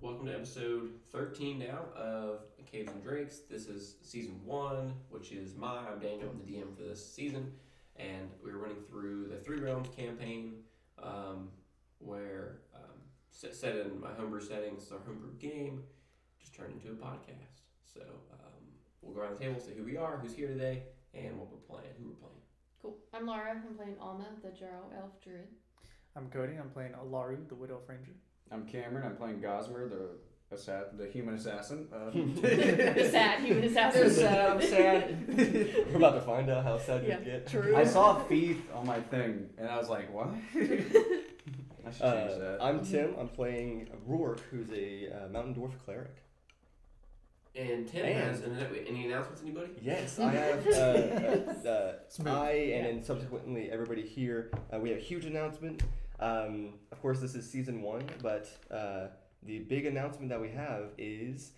welcome to episode 13 now of Caves and Drakes. This is season one, which is my. I'm Daniel, I'm the DM for this season, and we're running through the Three Realms campaign, um, where um, set, set in my homebrew setting. This is our homebrew game, just turned into a podcast. So um, we'll go around the table, say who we are, who's here today, and what we're playing, who we're playing. Cool. I'm Laura. I'm playing Alma, the Jarl Elf Druid. I'm Cody. I'm playing Alaru, the Widow of Ranger. I'm Cameron. I'm playing Gosmer, the assa- the human assassin. Uh, The sad human assassin. uh, I'm sad. uh, I'm sad. We're about to find out how sad Yeah. you get. I saw Thief on my thing, and I was like, "What?" I should change Uh, that. I'm Mm-hmm. Tim. I'm playing Rourke, who's a uh, mountain dwarf cleric. And Tim And- has an- any announcements, anybody? Yes, I have. Uh, uh, uh, Smooth. I and then subsequently everybody here. Uh, we have a huge announcement. Um, of course, this is season one, but uh, the big announcement that we have is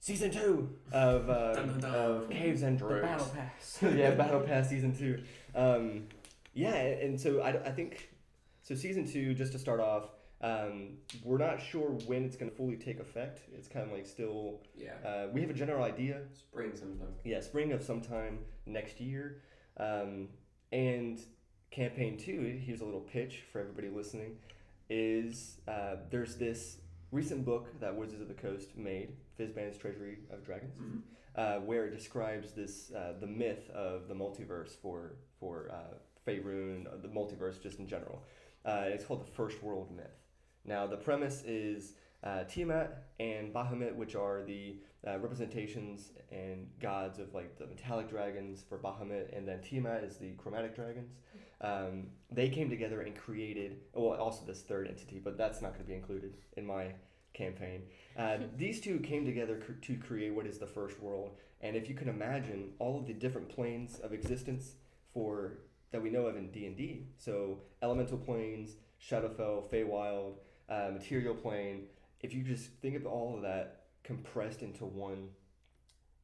season two of uh, Dun, dun, dun. of Caves and The Droves. Battle Pass. yeah, Battle Pass season two. Um, yeah, and so I, I think so. Season two, just to start off, um, we're not sure when it's going to fully take effect. It's kind of like still Yeah. uh, we have a general idea. Spring sometime. Yeah, spring of sometime next year, um, and campaign two. Here's a little pitch for everybody listening. Is uh, there's this recent book that Wizards of the Coast made, Fizban's Treasury of Dragons uh, where it describes this uh, the myth of the multiverse for for uh, Faerun, uh, the multiverse just in general. Uh, it's called the First World Myth. Now the premise is uh, Tiamat and Bahamut, which are the uh, representations and gods of like the metallic dragons for Bahamut, and then Tiamat is the chromatic dragons. Um, they came together and created well also this third entity, but that's not going to be included in my campaign. Uh, these two came together cr- to create what is the first world, and if you can imagine all of the different planes of existence for that we know of in D and D, so elemental planes, Shadowfell, Feywild, uh, material plane. If you just think of all of that compressed into one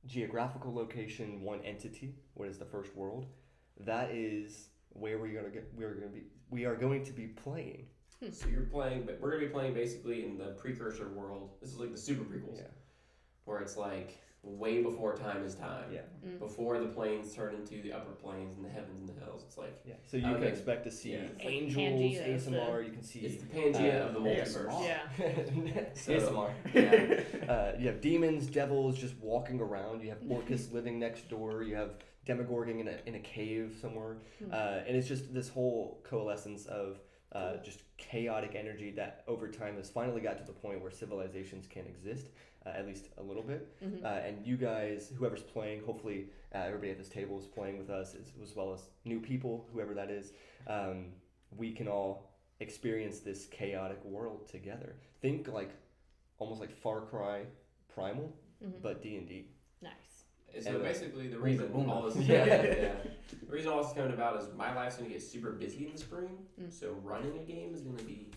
geographical location, one entity, what is the first world? That is where we are going to we are going to be we are going to be playing. Hmm. So you're playing, but we're gonna be playing basically in the precursor world. This is like the super prequels, Yeah. where it's like way before time is time. Yeah. Mm. Before the planes turn into the upper planes and the heavens and the hells, it's like Yeah. So you Okay. can expect to see Yeah. like angels, Pangea, it's ASMR. You can it's see the Pangea Uh, of the ASMR. multiverse. Yeah. So- ASMR. Yeah. Uh, you have demons, devils just walking around. You have Orcus living next door. You have Demogorgon in a, in a cave somewhere, uh, and it's just this whole coalescence of uh, just chaotic energy that over time has finally got to the point where civilizations can exist, uh, at least a little bit. Uh, and you guys, whoever's playing, hopefully uh, everybody at this table is playing with us, as, as well as new people, whoever that is. Um, we can all experience this chaotic world together. Think like almost like Far Cry Primal, but D and D. Nice. And so And, uh, basically, the boom, reason boom. all this yeah, Yeah. yeah. the reason all this is coming about is my life's gonna get super busy in the spring, Mm. so running a game is gonna be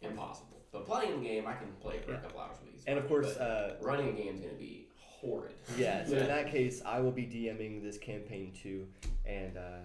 impossible. But playing a game, I can play for a Yeah. couple hours a week. it's And of fine, course, but uh, running a game is gonna be horrid. yeah. So Yeah. in that case, I will be DMing this campaign too, and uh,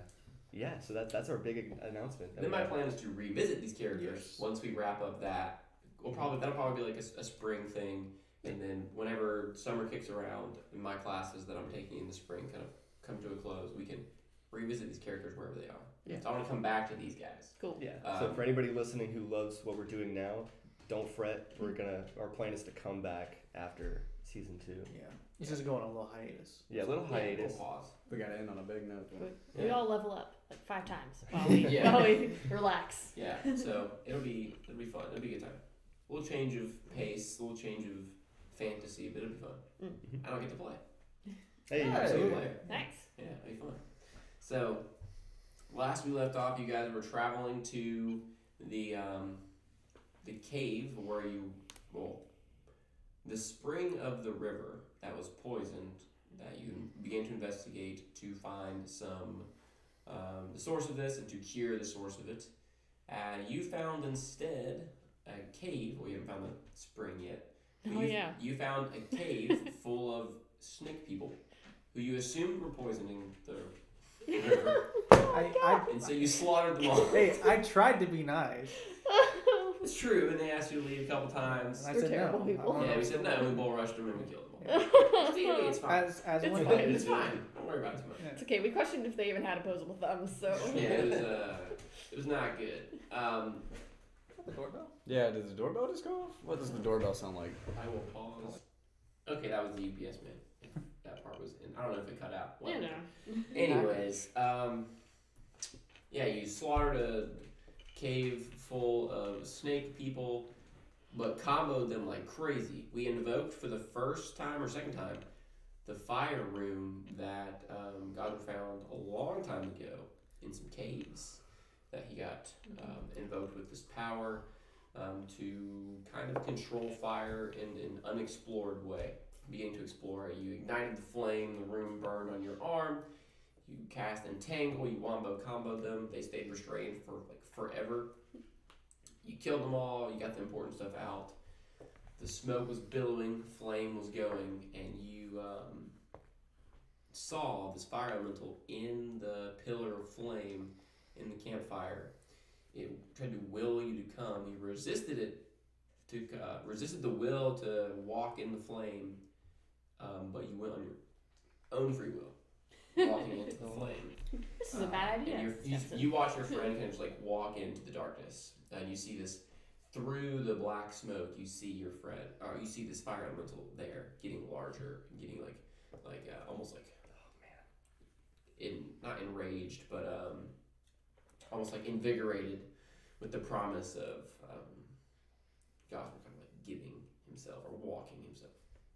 yeah. So that that's our big announcement. that Then we my have. plan is to revisit these characters Yes. once we wrap up that. We'll probably that'll probably be like a, s- a spring thing, and then whenever summer kicks around and my classes that I'm taking in the spring kind of come to a close, we can revisit these characters wherever they are. Yeah. So I want to come back to these guys. Cool. Yeah. Um, so for anybody listening who loves what we're doing now, don't fret. We're gonna our plan is to come back after season two. yeah. This is going on a little hiatus. Yeah, a little Yeah, we'll hiatus. pause. we got to end on a big note. We, though. we all level up like five times while we, Yeah. while we relax. Yeah. So it'll be it'll be fun. It'll be a good time. A little change of pace, a little change of fantasy, but it'll be fun. I don't get to play. I'm just Hey, a Mm-hmm. absolutely. player. Nice. Yeah, it'd be fun. So, last we left off, you guys were traveling to the um, the cave where you well, the spring of the river that was poisoned that you began to investigate to find some um, the source of this and to cure the source of it. Uh, you found instead a cave. Well, you haven't found the spring yet. but Oh, you, yeah. You found a cave full of snake people who you assumed were poisoning the river, I, Oh and so you slaughtered them all. I, hey, I tried to be nice. it's true. And they asked you to leave a couple times. And I They're said terrible no. people. I don't Yeah, know. we said no. and We bull rushed them and we killed them. all. It's the enemy, It's fine. As as It's one It's fine. fine. It's fine. Don't worry about it too much. It's okay. We questioned if they even had opposable thumbs, so. Yeah, it was uh, it was not good. Um, The doorbell. Yeah, did the doorbell just go off? What does the doorbell sound like? I will pause. Okay, that was the UPS man. If That part was in. I don't know if it cut out. You know. Anyways, um, yeah, you slaughtered a cave full of snake people, but comboed them like crazy. We invoked for the first time or second time the fire room that um, Godwin found a long time ago in some caves that he got um, invoked with this power um, to kind of control fire in an unexplored way. Begin to explore it. You ignited the flame, the room burned on your arm. You cast Entangle, you wombo comboed them. They stayed restrained for like forever. You killed them all, you got the important stuff out. The smoke was billowing, flame was going, and you um, saw this fire elemental in the pillar of flame in the campfire. It tried to will you to come. You resisted it, to uh, resisted the will to walk in the flame, um, but you went on your own free will walking into the flame. This is a bad Um, idea. and you're- you, you watch your friend kind of just like walk into the darkness, and you see this through the black smoke. You see your friend, or you see this fire elemental there getting larger, and getting like, like uh, almost like, oh man, in not enraged, but um, almost like invigorated with the promise of um, God kind of like giving himself or walking himself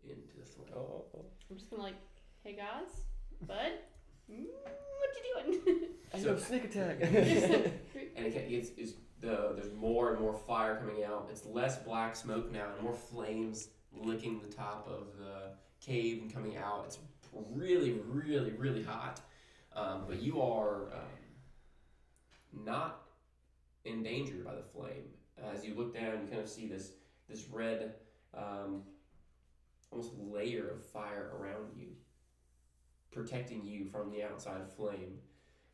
into the flame. Oh. I'm just gonna like, hey guys, bud, Mm, what you doing? I So- know, snake attack. and it ca- it's, it's the there's more and more fire coming out. It's less black smoke now and more flames licking the top of the cave and coming out. It's really, really, really hot. Um, but you are um, not endangered by the flame. As you look down, you kind of see this this red, um, almost layer of fire around you, protecting you from the outside flame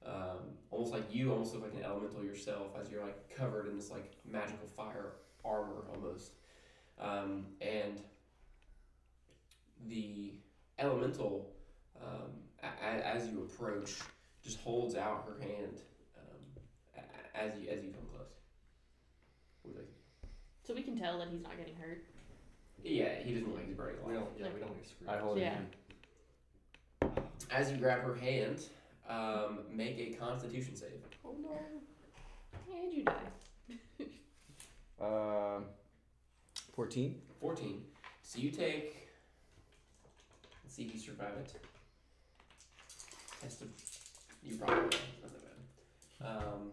um, almost like you almost look like an elemental yourself as you're like covered in this like magical fire armor almost um, and the elemental um, a- a- as you approach just holds out her hand um, a- a- as you as you come close What do you think? so we can tell that he's not getting hurt. yeah he doesn't like he's burning we alive don't. Yeah, we don't get screwed. I hold Yeah. it. as you grab her hand um, make a constitution save Oh no. And you die. Um, fourteen. 14. So you take. Let's see if you survive it. That's the. You probably will. It's not that bad. Um,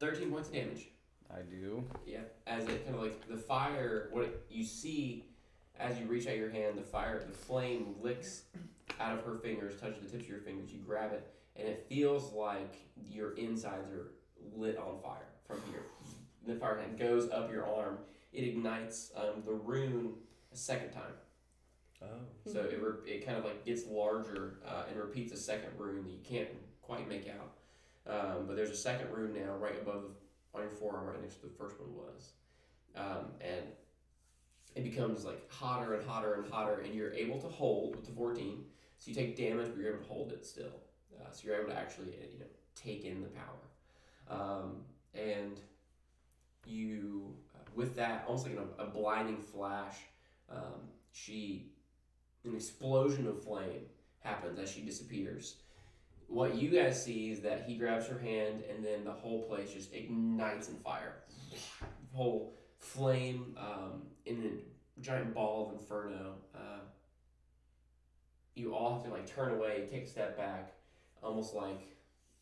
13 points of damage. I do. Yeah. As it kind of like the fire, what it, you see as you reach out your hand, the fire, the flame licks out of her fingers, touches the tips of your fingers. You grab it, and it feels like your insides are lit on fire from here. The fire hand goes up your arm. It ignites um, the rune a second time. Oh. So it, re- it kind of like gets larger uh, and repeats a second rune that you can't quite make out. Um, but there's a second rune now right above on your forearm, right next to the first one was, um, and it becomes like hotter and hotter and hotter, and you're able to hold with the 14. So you take damage, but you're able to hold it still. Uh, so you're able to actually uh, you know take in the power, um, and you uh, with that almost like in a, a blinding flash, um, she an explosion of flame happens as she disappears. What you guys see is that he grabs her hand, and then the whole place just ignites in fire. whole flame um, in a giant ball of inferno. Uh, you all have to like turn away, take a step back, almost like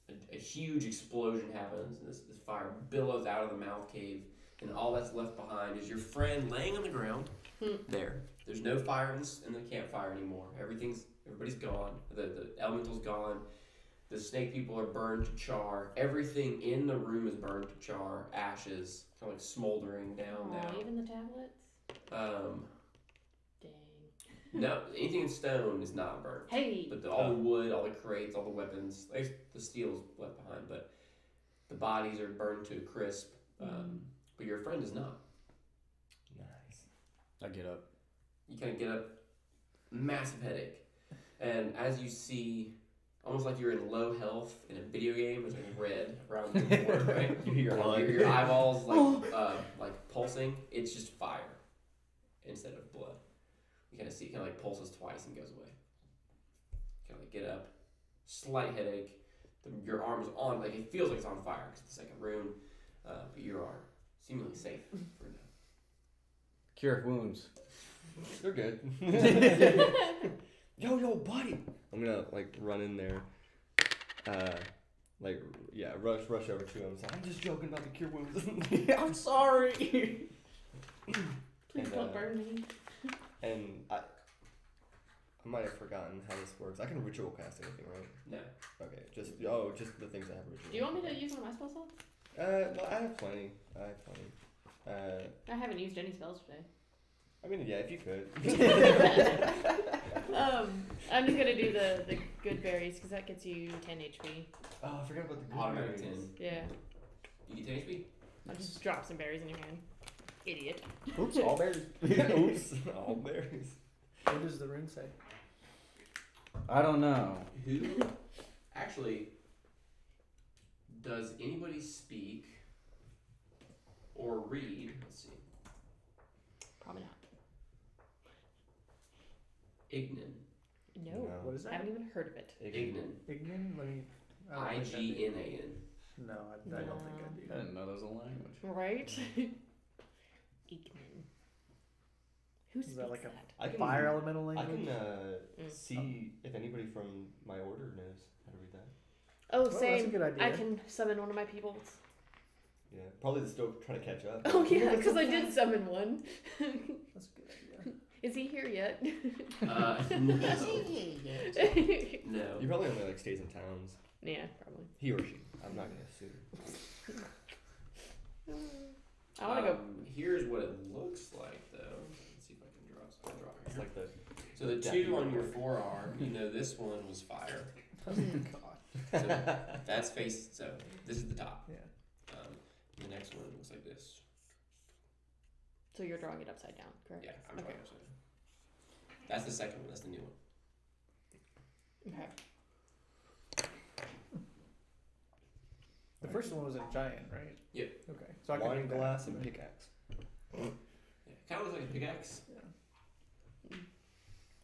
a, a huge explosion happens. And this, this fire billows out of the mouth cave, and all that's left behind is your friend laying on the ground Hmm. there. There's no fire in, this, in the campfire anymore. Everything's everybody's gone. The the elemental's gone. The snake people are burned to char. Everything in the room is burned to char. Ashes, kind of like smoldering down Aw, even the tablets. now. Um, Dang. no, anything in stone is not burnt. Hey. But the, all the wood, all the crates, all the weapons, I guess the steel's left behind, but the bodies are burned to a crisp. Um, But your friend is not. I get up. you kind of get a massive headache. And as you see, almost like you're in low health in a video game, it's like red around the board, right? You hear Your- blood. Your eyeballs like uh, like pulsing. It's just fire instead of blood. You kind of see it kind of like pulses twice and goes away. Kind of like get up, slight headache. The, your arm is on like it feels like it's on fire because it's like a rune, uh, but you are seemingly safe for now. Cure wounds. They're good. yo, yo, buddy. I'm gonna like run in there. Uh, like yeah, rush, rush over to him. It's like, I'm just joking about the cure wounds. I'm sorry. Please And, don't uh, burn me. and I, I might have forgotten how this works. I can ritual cast anything, right? No, Okay, just oh, just the things I have ritual. Do you want me to use one of my spell slots? Uh, well, I have plenty. I have plenty. Uh, I haven't used any spells today. I mean, yeah, if you could. um, I'm just gonna do the the good berries because that gets you 10 HP. oh, I forgot about the automatic berries. ten. Yeah, You get ten HP. I'll just drop some berries in your hand. Idiot. Oops, all berries. Oops, all berries. What does the rune say? I don't know. Who actually does anybody speak or read? Let's see. Probably not. Ignan. No, What is I that? haven't even heard of it. Ignan. Ignan? Let me. I I don't think I G do. N A N. No, I, I don't think I do. I didn't know there was a language. Right? Eekman. Who Is speaks that that? like a- I can, Fire elemental I language? can uh, Mm. see if anybody from my order knows how to read that. Oh, Oh, that's a same. good idea. I can summon one of my people. Yeah, probably they're still trying to catch up. Oh yeah, because I did summon one. That's a good idea. Is he here yet? Uh, no. He no. probably only like stays in towns. yeah, probably. He or she. I'm not gonna assume. I want to go. Um, Here's what it looks like, though. Let's see if I can draw. I'll draw it It's here. like the So the Yeah. two on your forearm, you know, this one was fire. Oh my god. So that's face. So this is the top. Yeah. Um, the next one looks like this. So you're drawing it upside down, correct? Yeah, I'm Okay. trying to say. That's the second one. That's the new one. Okay. The first one was a giant, right? Yeah. Okay. So I can wine read that. glass and pickaxe. Yeah, kind of looks like a pickaxe,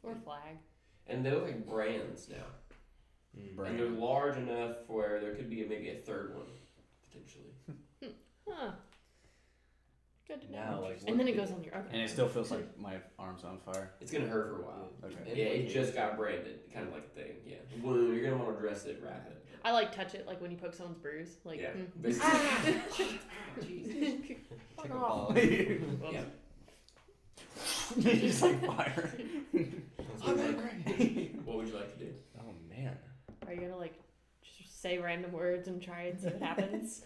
Or flag. and they look like brands now. Hmm. And they're large enough where there could be maybe a third one potentially. Huh. Good to know. Now, like, and then it what- goes on your. Okay. And it still feels like my arm's on fire. It's gonna hurt for a while. Okay. Yeah, it just got branded, kind of like a thing. Yeah, wound. You're gonna want to dress it, wrap it. I like touch it, like when you poke someone's bruise. Like. yeah. mm. Basically. Ah, jeez. Take a Fuck off. ball. Whoops. Yeah. It's like fire. What would you- what would you like to do? Oh man. Are you gonna like just say random words and try and see what happens?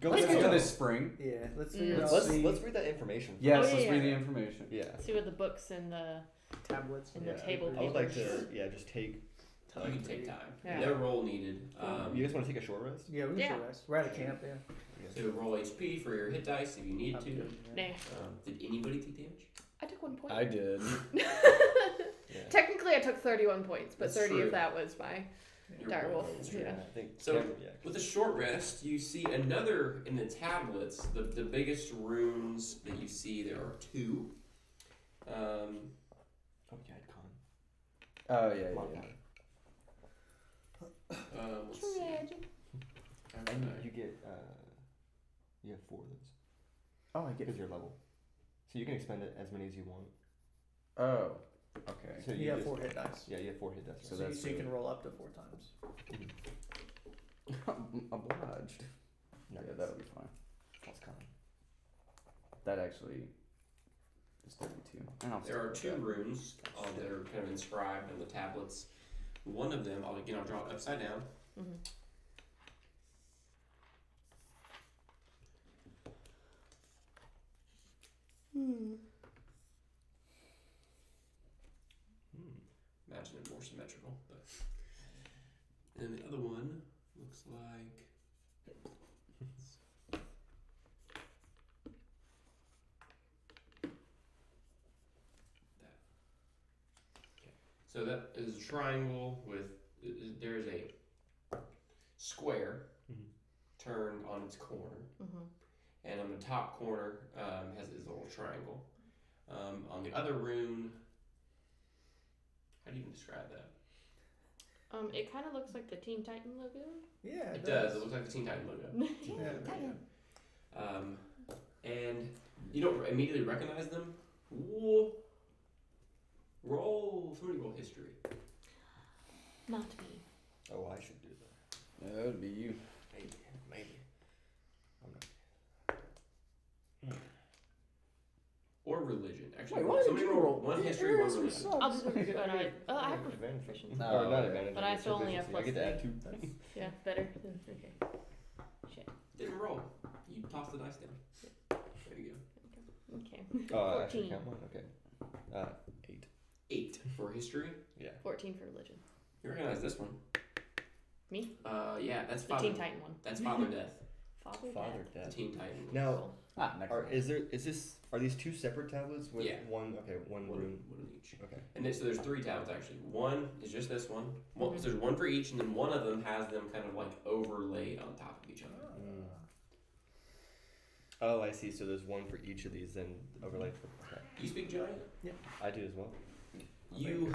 Go Let's ahead. get to this spring. Yeah. Let's Mm. figure Let's- out Let's let's, the let's read that information. Yes, Oh, yeah, let's read yeah. the information. Yeah. see what the books and the tablets. and the Yeah. table I would like to papers. yeah just take. You like, can take time. Yeah. No roll needed. you Um, guys want to take a short rest? Yeah, we can Yeah. do this. We're at a camp, yeah. so roll HP for your hit dice if you need I'm to. good, yeah. Nah, Um, did anybody take damage? I took one point. I did. Yeah. Technically, I took thirty-one points, but That's thirty true. of that was my You're dire wolf. welcome. Yeah. I think So- yeah. With a short rest, you see another in the tablets. The, the biggest runes that you see, there are two. Um, Oh yeah, I'd Oh yeah, con. yeah. um, let's see. And Okay. you get uh, you have four of those Oh, I get. because your level, so you can expend it as many as you want. Oh, okay. So you You have just- four hit dice. Yeah, you have four hit dice. So, So you, that's so you a- can roll up to four times. Obliged. No, Yeah, that would be fine. that's con. That actually is thirty-two. I don't There are think two about runes uh, that are kind of inscribed on the tablets. One of them, I'll, again, I'll draw it upside down. Mhm. Hmm. Imagine it more symmetrical. But. And then the other one looks like. So that is a triangle with i- i- there is a square Mhm. turned on its corner, Mm-hmm. and on the top corner um, has this little triangle. Um, on the other rune, how do you even describe that? Um, it kind of looks like the Teen Titan logo. Yeah, It does. It looks like the Teen Titan logo. Yeah. Um, and you don't immediately recognize them. Whoa. Roll somebody roll history. Not me. Oh, I should do that. Yeah, that would be you. Maybe, maybe. I'm not. Or religion. Actually, Wait, why did somebody you roll, roll? one Yeah, history, one yours religion. was I'll sucks. just move it. I, oh, I have Or advantage. No. or not advantage. Oh, But I it's still only proficiency. have I get to add two. That's- yeah better. than- Okay. Didn't roll. You toss the dice down. There you go. Okay. Oh, I actually Fourteen. count one. Okay. Uh, eight. Eight for history. Yeah. Fourteen for religion. You recognize this one? Me? Uh, yeah, that's The Father. Teen Titan one. That's Father Death. Father. Father Death. The death. Teen Titan. Now, Ah, next are one. is there is this are these two separate tablets with Yeah. one? Okay, one One, room. one in each. Okay. And then, so there's three tablets actually. One is just this one. Mm-hmm. one so there's one for each, and then one of them has them kind of like overlaid on top of each other. Ah. Mm. Oh, I see. So there's one for each of these, then overlay. For, okay. You speak giant. I do as well. You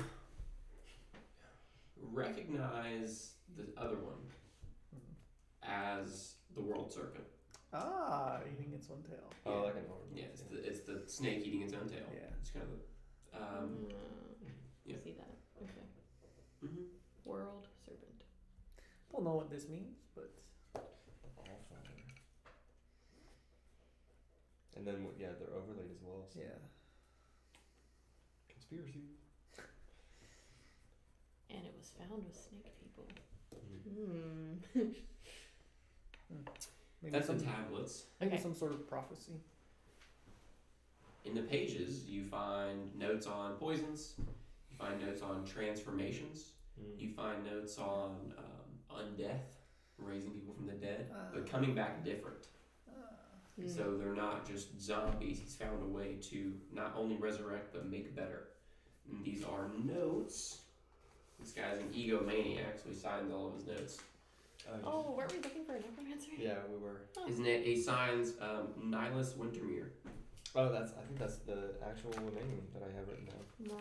recognize the other one Hmm. as the world serpent. Ah, eating its own tail. Oh, Yeah. I can overlay. Yeah, it's the, it's the snake eating its own tail. Yeah. It's kind of the, um, yeah. Mm, uh, See that? Okay. mhm. World serpent. Don't know what this means, but And then yeah, they're overlaid as well. So. yeah. Conspiracy. And it was found with snake people. Mm. Hmm. Maybe That's some the tablets. maybe Okay. some sort of prophecy. In the pages, you find notes on poisons. You find notes on transformations. Mm. You find notes on um, undeath, raising people from the dead, Ah. but coming back different. Ah. Mm. So they're not just zombies. He's found a way to not only resurrect but make better. And these are notes. This guy's an egomaniac, so he signs all of his notes. Oh, weren't we looking for a necromancer? Yeah, we were. His na- he signs um, Nihilus Wintermere. Oh, that's. I think that's the actual name that I have written down.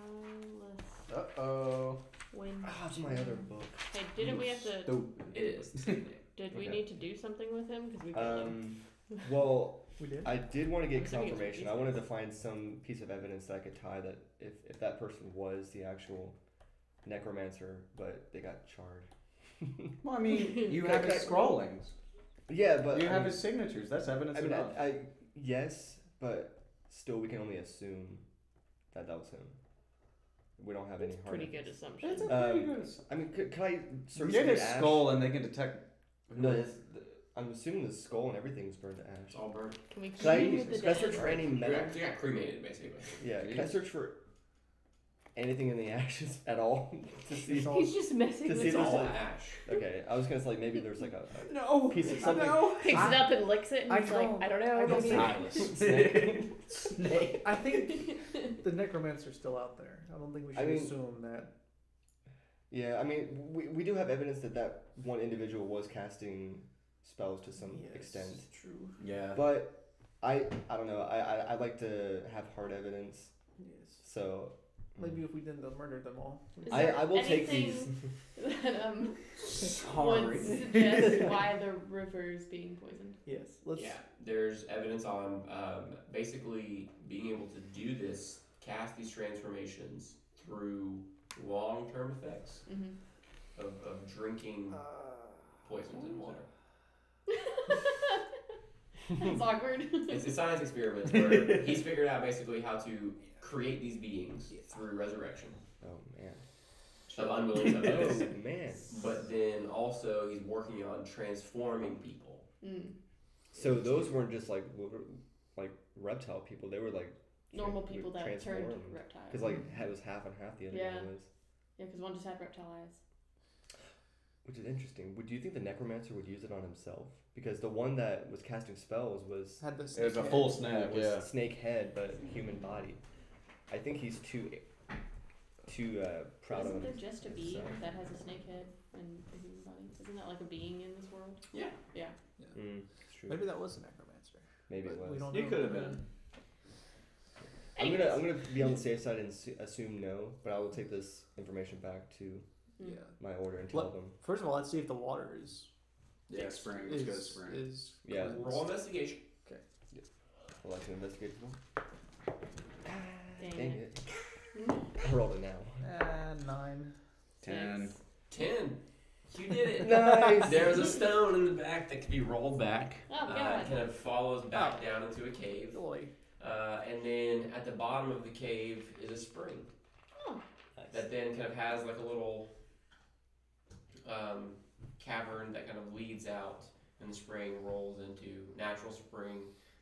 Nihilus Uh oh. Win. Ah, it's my other book. Hey, didn't we have to? Stupid. It is. the same name. Did we Okay. need to do something with him? Because we killed him. Um, well, We did. I did want to I'm get assuming it's confirmation. I confusing. wanted to find some piece of evidence that I could tie that if, if that person was the actual necromancer, but they got charred. Well, I mean, you Okay, have his okay. scrawlings. Yeah, but you I have mean- his signatures. That's evidence I mean, enough. I, I yes, but still, we can only assume that that was him. We don't have any hard. Pretty good evidence. assumption. That's a pretty Um, good. ass- I mean, could, could I search You get the his ash? skull, and they can detect. No, that's, I'm assuming the skull and everything's burned to ash. It's all burnt. Can we Can I, continue with the can I dead? search for any They metal? got, they got cremated, basically. Yeah, can I search for anything in the ashes at all to see? It's all- He's just messing To with see It's if there's all a- ash. Okay, I was gonna say like maybe there's like a, no. a piece of something. No. Picks it I- up and licks it, and I it's like, don't- I don't know. I don't maybe- think- Nihilus. Snake. I think the necromancer's still out there. I don't think we should I mean- assume that. Yeah, I mean we, we do have evidence that that one individual was casting spells to some Yes, extent, True. Yeah. but I I don't know. I, I I like to have hard evidence, Yes. so Maybe if we didn't uh, murder them all. Is Hmm. I there I will take anything these. that um Sorry. would suggest why the river is being poisoned. Yes. Let's. Yeah, there's evidence on um, basically being able to do this, cast these transformations through long term effects Mm-hmm. of, of drinking Uh, poisons in water. That's awkward. Mm. It's a science experiment where he's figured out basically how to create these beings through resurrection Oh man. of unwilling subjects. Oh man. but then also he's working on transforming people. Mm. So those weren't just like lo- like reptile people. They were like Normal people that turned Transformed. reptiles. because like it was half and half the other Yeah. one was. yeah, because one just had reptile eyes. Which is interesting. Would do you think the necromancer would use it on himself? Because the one that was casting spells was Had the It was a snake full head. snake. was Yeah. snake head but human body. I think he's too too uh, proud Isn't of there him. just a It's, bee uh, that has a snake head and a human body? Isn't that like a being in this world? Yeah. Yeah. Mm, it's true. Maybe that was a necromancer. Maybe it but was. We don't It know. could have been. I'm gonna I'm gonna be on the safe side and su- assume no, but I will take this information back to Yeah. my order and tell What? them. First of all, let's see if the water is Yeah, spring. Let's is, go to spring. is Yeah. cleansed. Roll investigation. I'd like to investigate as well. Ah, Dang Dang it. Hmm? it! I rolled it now. Ah, nine. Ten. Ten. You did it. nice. There's a stone in the back that can be rolled back. Oh, Uh, God. Oh. it kind of follows back down into a cave. Really? Uh, and then at the bottom of the cave is a spring Oh. Nice. that then kind of has like a little um, cavern that kind of leads out, and the spring rolls into natural spring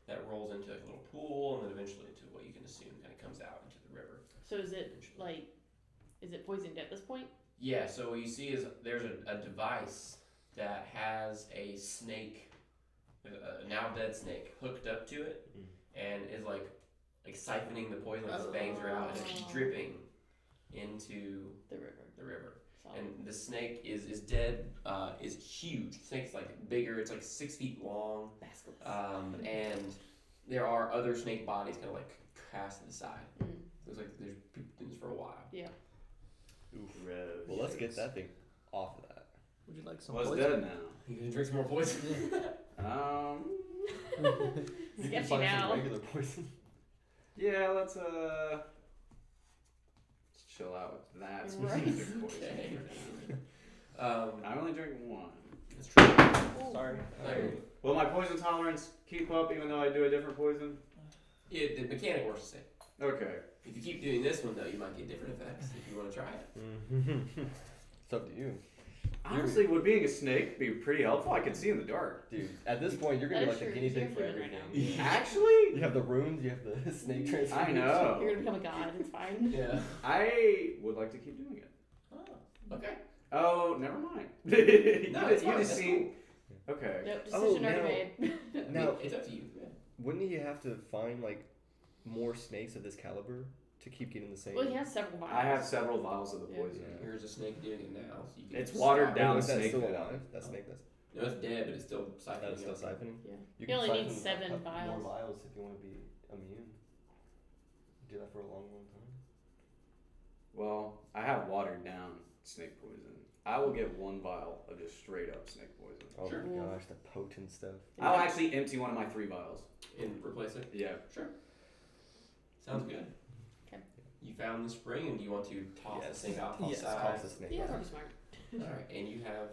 that rolls into like a little pool, and then eventually into what you can assume kind of comes out into the river. So is it like, is it poisoned at this point? Yeah, so what you see is there's a, a device that has a snake, uh, a a now dead snake, hooked up to it Mm. and is like like siphoning the poison, like its bangs are out and it's Oh. dripping into The river. the river. Solid. And the snake is, is dead, uh, is huge. The snake's like bigger, it's like six feet long. Basilisk. Um, and there are other snake bodies kind of like cast to the side. Mm. Looks like there's people doing this for a while. Well, let's get that thing off of that. Would you like some Well, it's poison? dead You can drink some more poison. now. Um. You can Sketchy buy some now. regular poison. Yeah, let's uh. Let's chill out with that Right. specific poison. Okay. for now. um, I only drink one. that's true. Sorry. Like, Will my poison tolerance keep up even though I do a different poison? It, the mechanic works the same. Okay. If you keep doing this one though, you might get different effects if you want to try it. it's up to you, Honestly, would being a snake be pretty helpful? I can see in the dark. dude. At this point, you're gonna That be is like a true. guinea You're pig for human right everything. now. Actually, You have the runes. You have the snake I transformation. You're know. gonna become a god. It's fine. Yeah. I would like to keep doing it. Oh, okay. Oh, never mind. you No, did- it's you fine, just that's seem okay. Nope. Oh, Decision already no. made. Now- it's up to you. Yeah. Wouldn't you have to find like more snakes of this caliber to keep getting the same? well, he has several miles. I have several vials of the Yeah. poison. Yeah. Here's a snake doing it now. So you can It's stop watered it. down Wait, is that snake still venom. alive? That snake that's No, it's dead, but it's still siphoning. that's still out. siphoning. Yeah. You You only need siphon seven up vials. More vials if you want to be immune. Do that for a long, long time. Well, I have watered down snake poison. I will get one vial of just straight up snake poison. Oh Sure. my gosh, the potent stuff. I'll actually empty one of my three vials. And replace it. Yeah. Sounds good. 'Kay. You found the spring, and do you want to toss Yes. the snake out? Toss Yes. it out? Toss the snake. You guys out. are smart. All right, and you have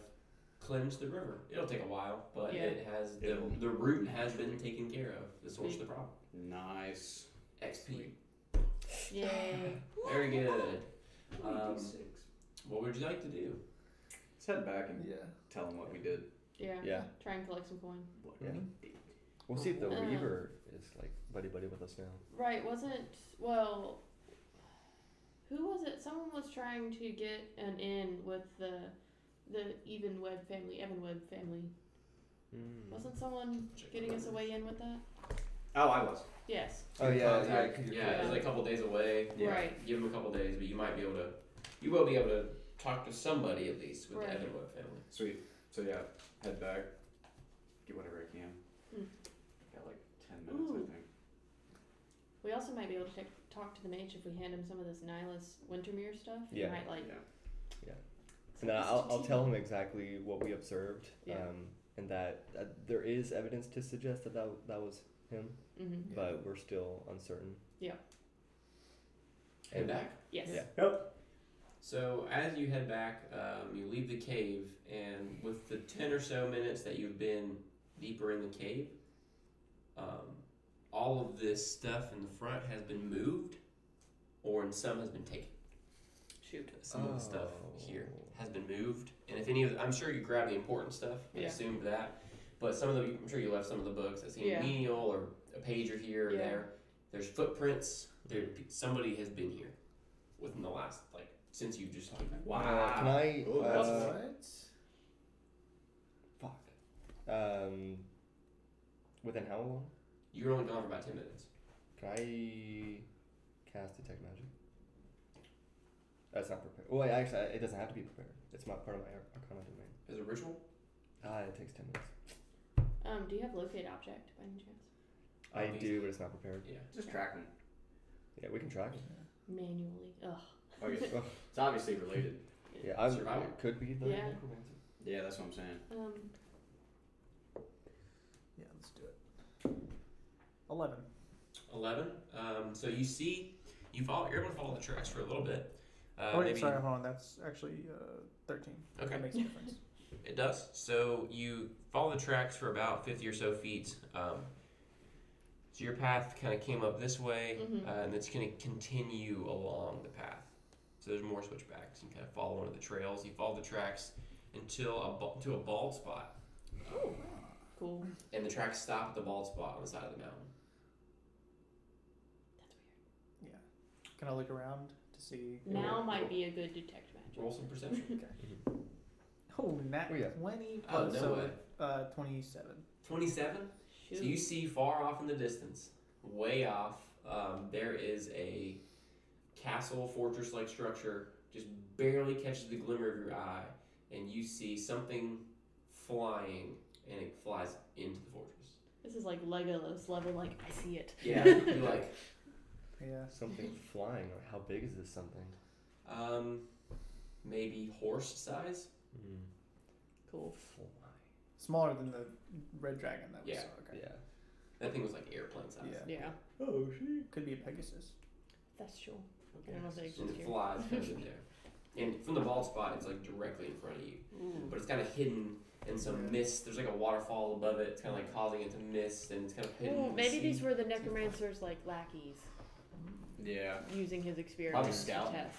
cleansed the river. It'll take a while, but Yeah. it has the, It'll- the root has been taken care of. The source of the problem. Nice. XP. Yay. Very good. Um, Six. What would you like to do? Let's head back and Yeah. tell them what we did. Mm-hmm. Yeah. Yeah. Try and collect some coin. What Yeah. we did. We'll see if the Uh. weaver is like buddy buddy with us now. Right, wasn't well who was it? Someone was trying to get an in with the the Even Webb family, Evan Webb family. Hmm. Mm. Wasn't someone Check getting the us a way in with that? Oh, I was. Yes. Oh yeah, Uh, yeah. 'cause you're Yeah, it's correct. like a couple days away. Yeah. Right. Give them a couple days, but you might be able to. You will be able to talk to somebody at least with Right. the Evan Webb family. Sweet. So yeah, head back. Get whatever I can. Mm. Got like ten minutes, Ooh. I think. We also might be able to take, talk to the mage if we hand him some of this Nihilus Wintermere stuff. Yeah. He might like Uh, Yeah. And I- I'll, I'll tell him exactly what we observed, Yeah. um, and that uh, there is evidence to suggest that that, that was him, hmm but we're still uncertain. Head Yeah. back. Yes. Yeah. So as you head back, um, you leave the cave, and with the ten or so minutes that you've been deeper in the cave, um, all of this stuff in the front has been moved, or in some has been taken. Shoot. Some of the stuff Oh. here has been moved, and if any of, I'm sure you grabbed the important stuff. I Yeah. assumed that, but some of the, I'm sure you left some of the books. I seen Yeah. menial or a page or here or Yeah. there. There's footprints. There, somebody has been here within the last like since you just came back. Uh, can I? Ooh, that's- uh, what? fuck. Um, within how long? You were only gone for about ten minutes. Can I cast detect magic? That's not prepared. Well, actually, it doesn't have to be prepared. It's not part of my Ar- Arcana domain. Is it ritual? Ah, it takes ten minutes. Um, do you have locate object by any chance? I Obvious- do, but it's not prepared. Yeah. Just track them. Yeah, we can track it. Manually. Ugh. Okay. Ugh. it's obviously related. Yeah, I'm, Survival. it could be the Yeah. necromancer. Yeah, that's what I'm saying. Um, Yeah, let's do it. Eleven. 11. Um, so you see, you follow, you're able to follow the tracks for a little bit. Uh, oh, wait, maybe, sorry, hold on. That's actually uh, thirteen. Okay. That makes a difference. It does. So you follow the tracks for about 50 or so feet. Um, so your path kind of came up this way, Mhm. uh, and it's going to continue along the path. So there's more switchbacks. You kind of follow one of the trails. You follow the tracks until a ba- to a bald spot, Oh, cool. and the tracks stop at the bald spot on the side of the mountain. That's weird. Yeah. Can I look around to see? Now might be a good detect magic. Roll some perception. Oh, nat Oh, yeah. twenty Oh, plus no so, way. uh twenty-seven. 27? Shoot. So you see far off in the distance, way off, um, there is a castle fortress like structure, just barely catches the glimmer of your eye, and you see something flying and it flies into the fortress. This is like Legolas level. Like I see it. Yeah, you're like, Yeah. Something flying. Like, how big is this something? um, maybe horse size? Hmm. Cool. Fly. Smaller than the red dragon that we Yeah. saw. Okay. Yeah. That thing was like airplane size. Yeah. Yeah, Oh shit. Could be a Pegasus. that's true. Okay. I don't know if they And exist it here. flies comes in there. And from the bald spot, it's like directly in front of you. but it's kind of hidden in some Yeah. mist. There's like a waterfall above it. It's kind of like causing it to mist, and it's kind of hidden. Ooh, in the maybe these sea. were the necromancer's like lackeys Yeah. using his experience to scouting. test.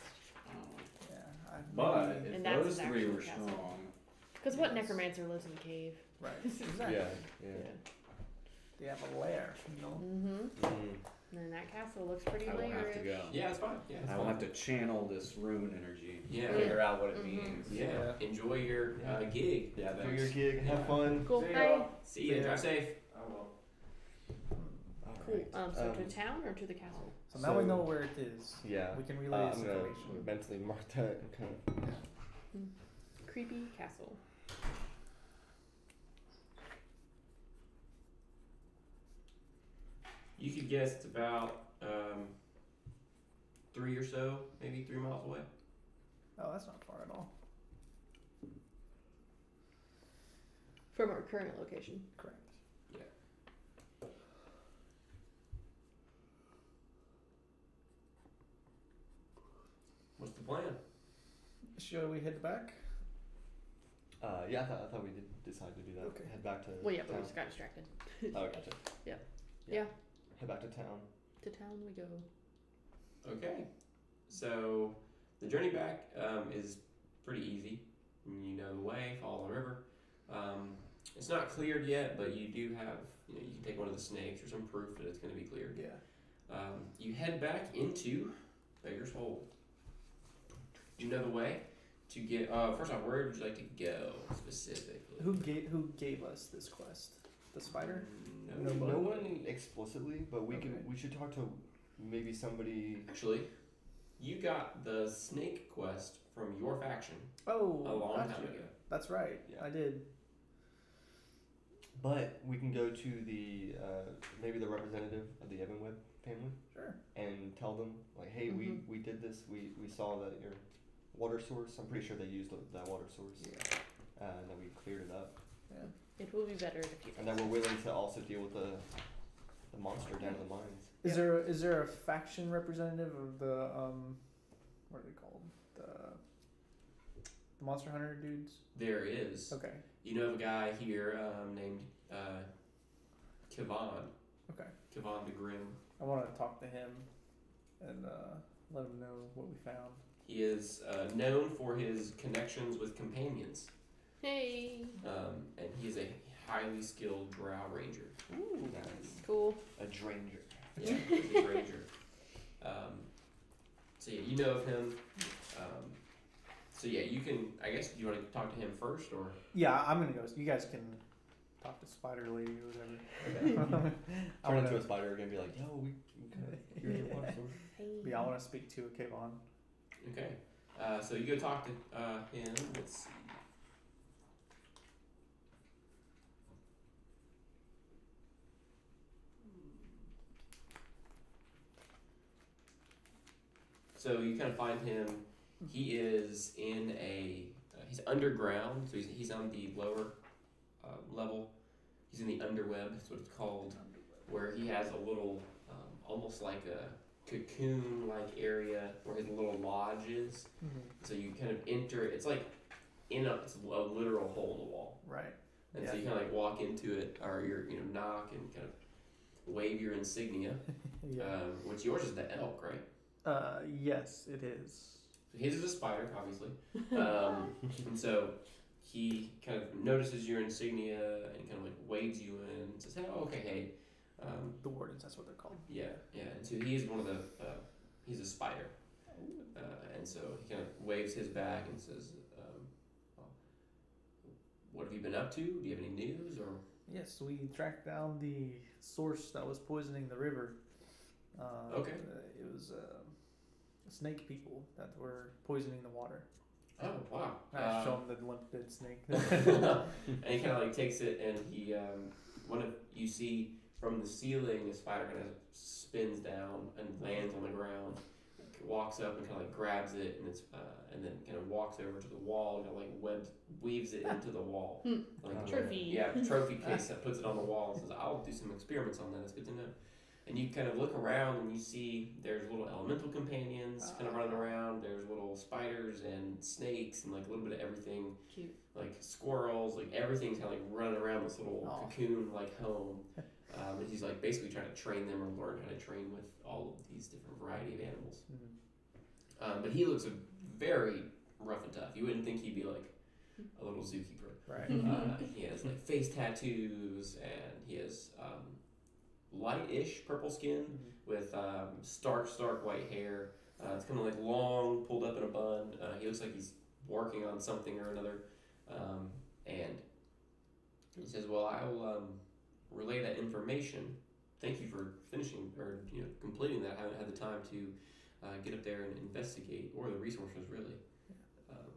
I don't know. Yeah. I, But maybe- if Mm. And that's those his three actual were castle. strong, Because what Yes. necromancer lives in a cave? right. Yeah. Exactly. Yeah. They have a lair. You know. Mm-hmm. Mm. And that castle looks pretty I will have to layered. go. Yeah, it's fine. Yeah, it's I will fine. have to channel this rune energy. Yeah. Figure out what it Mhm. means. Yeah. Enjoy your uh, gig. Yeah, Do your thanks. gig. Have fun. Cool. See Bye. y'all. See you. Yeah. Drive safe. Cool. Alright. Um, so to town or to the castle? Hmm. So now we So- know where it is. Yeah. We can Uh, relay this I'm gonna information. mentally mark that and kind of. Creepy castle. You could guess it's about um, three or so, maybe three miles away. Oh, that's not far at all. From our current location. Correct. What's the plan? Shall we head back? Uh, yeah, I thought, I thought we did decide to do that. Okay. Head back to. Well, yeah, but town. we just got distracted. Oh, gotcha. Yeah. Yeah. Head back to town. To town we go. Okay. So the journey back um, is pretty easy. You know the way, follow the river. Um, it's not cleared yet, but you do have, you know, you can take one of the snakes or some proof that it's going to be cleared. Yeah. Um, you head back into Beggar's Hole. Do you know the way to get, uh, first off, where would you like to go specifically? Who gave Who gave us this quest? The spider. No, No, but- one explicitly, but we Okay. can. We should talk to maybe somebody. Actually, you got the snake quest from your faction Oh, a long gotcha. time ago. That's right. Yeah. I did. But we can go to the uh, maybe the representative of the Evan Webb family Sure. and tell them like, hey, Mhm. we we did this. We we saw that your water source. I'm pretty sure they used that water source. Yeah. uh, and that we cleared it up, It will be better in a few days. and that we're willing to also deal with the the monster down in the mines. Is Yeah. there is there a faction representative of the um, what are they called? The the monster hunter dudes. There is. Okay. You know of a guy here um, named uh, Kevon. Okay. Kevon the Grim. I want to talk to him, and uh, let him know what we found. He is uh, known for his connections with companions, Hey. um, and he is a highly skilled Drow Ranger. Ooh. Nice. Cool. A dranger. Yeah, he's a Ranger. Um, so yeah, you know of him. Um, so yeah, you can. I guess you want to talk to him first, or Yeah, I'm gonna go. You guys can talk to Spider Lady or whatever. I Turn want into a to. spider again. Be like, yo, we, we kind of cleared your water source. Hey. Yeah, I want to speak to a Kayvon. okay. Uh, so you go talk to uh, him. Let's see. So you kind of find him. He is in a. Uh, he's underground, so he's, he's on the lower uh, level. He's in the underweb. That's what it's called where he has a little, um, almost like a cocoon like area where his little lodge is. Mhm. So you kind of enter, it's like in a, it's a literal hole in the wall. Right. And so Yeah. you kind of like walk into it or you're, you know, knock and kind of wave your insignia, Yeah. um, which yours is the elk, right? Uh, yes, it is. So his is a spider, obviously. Um, and so he kind of notices your insignia and kind of like waves you in and says, hey, oh, okay, hey, um, The wardens. That's what they're called. Yeah, yeah. And so he is one of the. Uh, he's a spider, uh, and so he kind of waves his back and says, um, "What have you been up to? Do you have any news?" Or Yes, we tracked down the source that was poisoning the river. Uh, Okay. It was uh, snake people that were poisoning the water. oh wow. I Uh, show them the limp bit snake. and he kind of like takes it and he um, one of you see from the ceiling a spider kind of spins down and lands on the ground walks up and kind of like grabs it and it's uh, and then kind of walks over to the wall and kind of like webs weaves it into the wall Hmm. like a- Trophy. yeah trophy case that puts it on the wall and says I'll do some experiments on that it's good to know and you kind of look around and you see there's little elemental companions kind of running around there's little spiders and snakes and like a little bit of everything Cute. like squirrels, like everything's kind of like running around this little Aw. cocoon like home. Um, and he's like basically trying to train them or learn how to train with all of these different variety of animals. Mhm. Um, but he looks a very rough and tough. You wouldn't think he'd be like a little zookeeper. right. Uh, he has like face tattoos and he has um, light-ish purple skin Mhm. with um, stark, stark white hair. Uh, it's kind of like long, pulled up in a bun. Uh, he looks like he's working on something or another. Um, and he says, "Well, I will um, relay that information. Thank you for finishing or you know completing that. I haven't had the time to uh, get up there and investigate or the resources really. Um,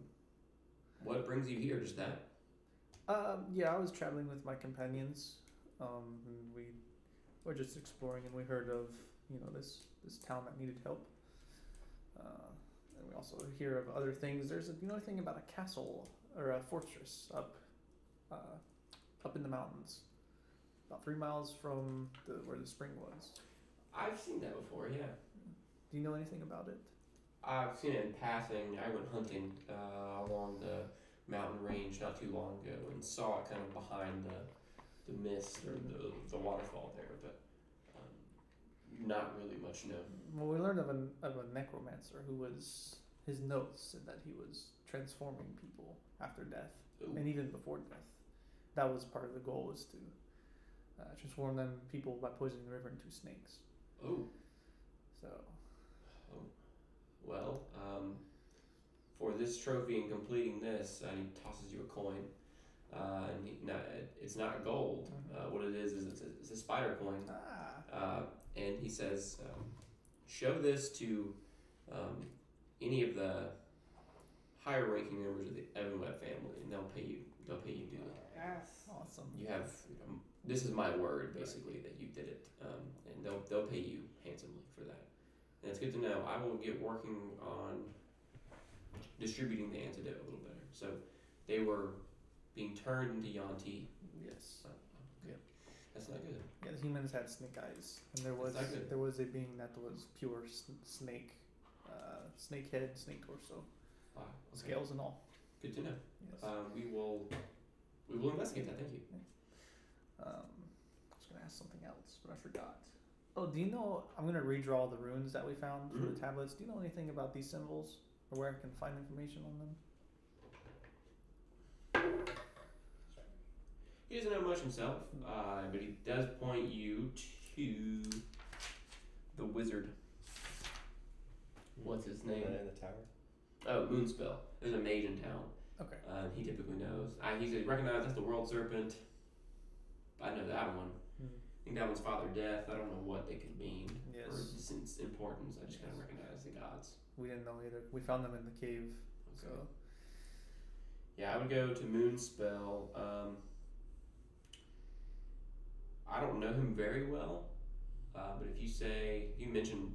what brings you here? Just that? Um, yeah, I was traveling with my companions. Um, and we were just exploring, and we heard of you know this this town that needed help. Uh, and we also hear of other things. There's a, another thing about a castle or a fortress up uh, up in the mountains, about three miles from the where the spring was. I've seen that before. Yeah." Do you know anything about it? I've seen it in passing. I went hunting uh, along the mountain range not too long ago and saw it kind of behind the, the mist or the, the waterfall there, but um, not really much, no. Well, we learned of a of a necromancer who was his notes said that he was transforming people after death. Ooh, and even before death. That was part of the goal was to uh, transform them people by poisoning the river into snakes. ooh. So Well, um, for this trophy and completing this, and he tosses you a coin. Uh, and he, no, it- it's not gold. Uh, what it is is it's a, it's a spider coin. ah, uh, and he says, um, "Show this to um, any of the higher-ranking members of the Evan Webb family, and they'll pay you. They'll pay you duly. awesome. You have um, this is my word, basically, that you did it, um, and they'll they'll pay you handsomely for that. And it's good to know. I will get working on distributing the antidote a little better. So they were being turned into Yanti. Yes. That's not good. Yeah, the humans had snake eyes, and there was Exactly. there was a being that was pure sn- snake, uh, snake head, snake torso, Wow. okay. scales and all. Good to know. Yes. Um, we will, we will investigate that. Thank you. Um, I was gonna ask something else, but I forgot. Oh, do you know? I'm gonna redraw the runes that we found for the Mhm. tablets. Do you know anything about these symbols or where I can find information on them? He doesn't know much himself, uh, but he does point you to the wizard. What's his name? And in the tower. Oh, Moonspell. There's a mage in town. Okay. Uh, he typically knows. I, he's recognized as the World Serpent. I know that one. Hmm. I think that one's Father Death. I don't know what they could mean or Yes. its its importance. I just kind of recognize the gods. We didn't know either. We found them in the cave. So Okay. Yeah, I would go to Moonspell. Um, I don't know him very well, uh, but if you say you mention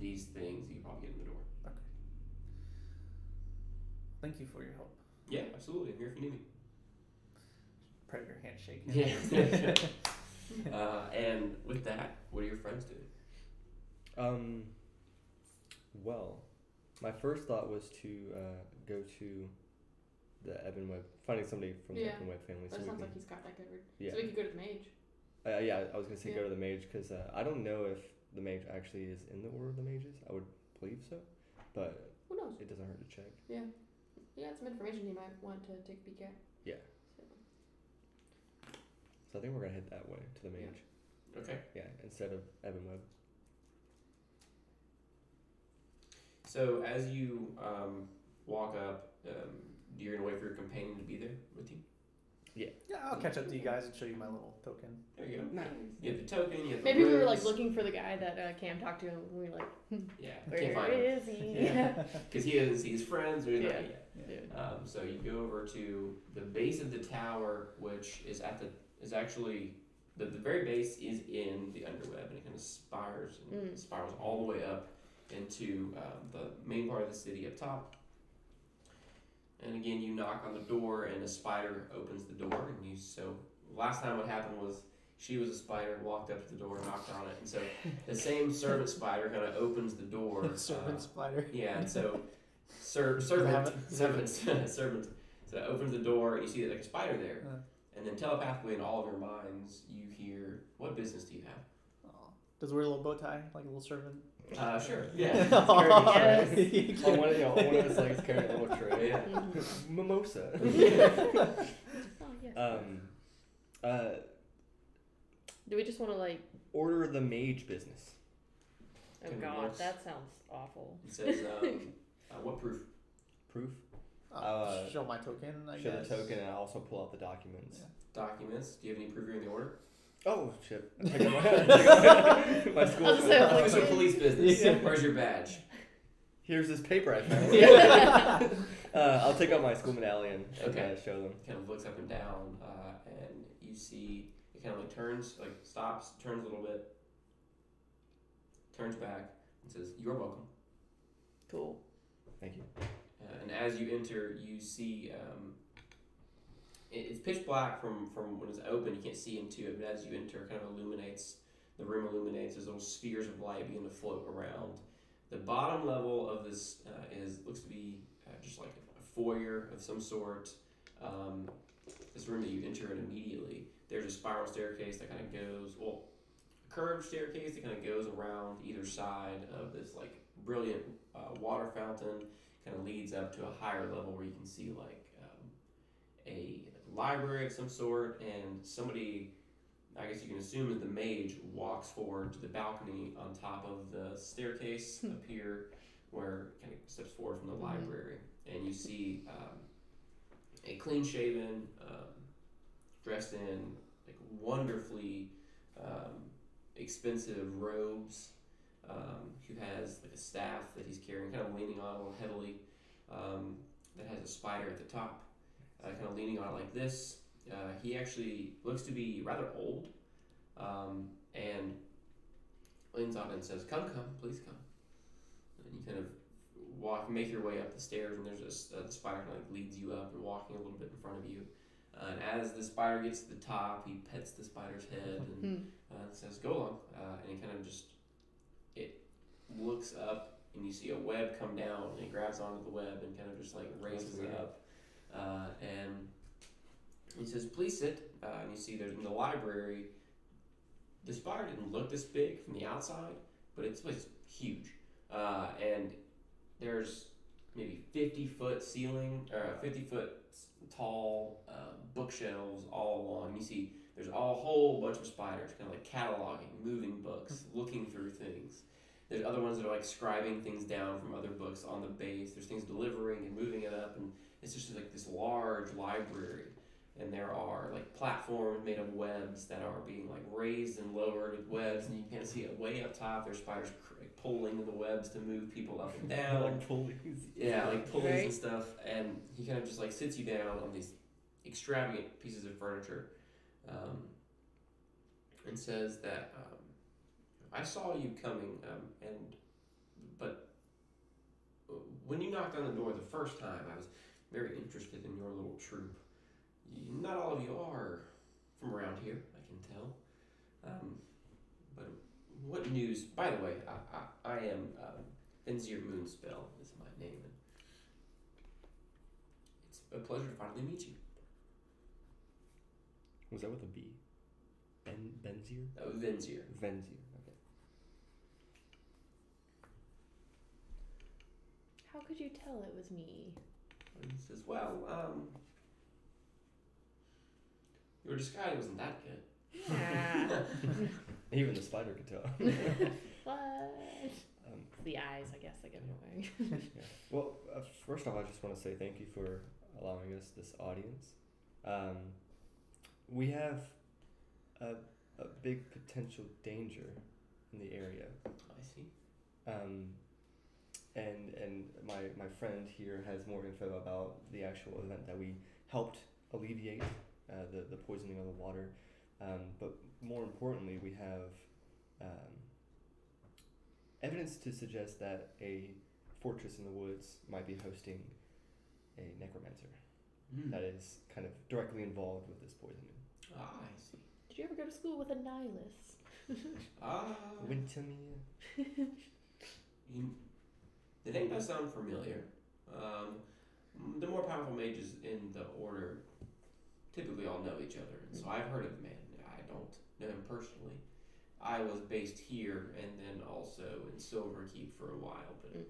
these things, you probably get in the door. thank you for your help. Yeah, absolutely. I'm here if you need me. Predator handshake. Yeah. Uh, and with that, what are your friends doing? Um, well, my first thought was to uh, go to the Evan Webb, finding somebody from the Yeah. Evan Webb family. That we sounds can- like he's got that covered. Yeah. So we could go to the mage. Uh, yeah, I was gonna say Yeah. go to the mage because uh, I don't know if the mage actually is in the order of the mages. I would believe so, but Who knows? it doesn't hurt to check. Yeah, it's some information you might want to take a peek at. Yeah. So, So I think we're gonna head that way to the Yeah. mage. Okay. Yeah, instead of Evan Webb. So as you um, walk up, um, you're gonna wait for your companion to be there with you. yeah, I'll catch up to you guys and show you my little token. There you go. Nice. You have the token. You have the Maybe we were like rose. looking for the guy that uh, Cam talked to, and we were like, hmm. Yeah, can't where find him is he? Yeah. because he doesn't see his friends or anything Yeah. like that. Um, so you go over to the base of the tower, which is at the is actually the, the very base is in the underweb, and it kind of spirals and Mm. spirals all the way up into um, the main part of the city up top. And again, you knock on the door, and a spider opens the door, and you so last time what happened was. She was a spider, walked up to the door, knocked on it, and so the same servant spider kind of opens the door. uh, Serpent spider. yeah, and so ser- servant, servant, servant. So it opens the door, and you see that like a spider there, Uh. and then telepathically in all of your minds, you hear, "What business do you have?" Aw. Does it wear a little bow tie like a little servant? Uh, sure, yeah, Aw. on one of, yeah, on one of his legs carrying a little tray. yeah. Mimosa. Oh, yes. um, uh, Do we just want to like? order of the mage business. Oh Can we God, waltz? that sounds awful. It says, um, uh, "What proof?" Proof. I'll Uh, show my token. I show guess. the token and I also pull out the documents. Yeah. Documents. Do you have any proof you're in the order? Oh shit! I took out my, my school. I was gonna say, I was phone. like- Officer, police business. Yeah. Where's your badge? Here's this paper I found. Yeah. uh, I'll take out my school medallion and Okay. uh, show them. Kind of looks up and down, uh, and you see it kind of like turns, like stops, turns a little bit, turns back, and says, "You're welcome." Cool. Thank you. Uh, and as you enter, you see um, it, it's pitch black from, from when it's open. You can't see into it, but as you enter, it kind of illuminates the room. Illuminates as little spheres of light begin to float around. The bottom level of this uh, is looks to be uh, just like a foyer of some sort. Um, this room that you enter in immediately. There's a spiral staircase that kind of goes well, a curved staircase that kind of goes around either side of this like brilliant uh, water fountain kind of leads up to a higher level where you can see like um, a library of some sort and somebody i guess you can assume that the mage walks forward to the balcony on top of the staircase up here where kind of steps forward from the Mhm. library and you see um, a clean shaven um, dressed in like wonderfully um, expensive robes um, who has like a staff that he's carrying, kind of leaning on a little heavily, um, that has a spider at the top, uh, kind of leaning on it like this. Uh, he actually looks to be rather old, um, and leans on it and says, "Come, come, please come." And you kind of walk, make your way up the stairs, and there's a s- uh, the spider kind of like leads you up and walking a little bit in front of you. Uh, and as the spider gets to the top, he pets the spider's head and Hmm. uh, it says go along, uh, and it kind of just it looks up, and you see a web come down, and it grabs onto the web and kind of just like raises it weird. up, uh, and he says, "Please sit." Uh, and you see there's in the library. The spire didn't look this big from the outside, but it's, it's huge, uh, and there's maybe 50 foot ceiling or 50 foot tall uh, bookshelves all along. You see there's a whole bunch of spiders kind of like cataloging, moving books, looking through things. There's other ones that are like scribing things down from other books on the base. There's things delivering and moving it up, and it's just like this large library. and there are like platforms made of webs that are being like raised and lowered with webs, and you can't see it way up top. There's spiders cr- like, pulling the webs to move people up and down. like pulleys. Yeah, like pulleys Right. and stuff, and he kind of just like sits you down on these extravagant pieces of furniture, um, and says that um, I saw you coming, um, and but uh, when you knocked on the door the first time, I was very interested in your little troop. You, not all of you are from around here, I can tell. Um, but what news? By the way, I I, I am. Um, Enzir Moonspell is my name, and it's a pleasure to finally meet you. Was that with a B? Ben Benzier? Oh, Venzier. Venzier. Okay. How could you tell it was me? And he says, Well, um, your disguise wasn't that good. Ah, Even the spider could tell. what? Um, The eyes, I guess, I give it away. Yeah. Well, uh, first off, I just want to say thank you for allowing us this audience. Um, we have a, a big potential danger in the area. I see. Um, and and my, my friend here has more info about the actual event that we helped alleviate uh, the, the poisoning of the water. Um, but more importantly, we have um, evidence to suggest that a fortress in the woods might be hosting a necromancer that is kind of directly involved with this poisoning. Ah, I see. Did you ever go to school with a nihilist? Ah, Wintermere. you- the name does sound familiar. Um, m- the more powerful mages in the order typically all know each other, and so I've heard of the man. I don't know him personally. I was based here and then also in Silverkeep for a while, but Mm.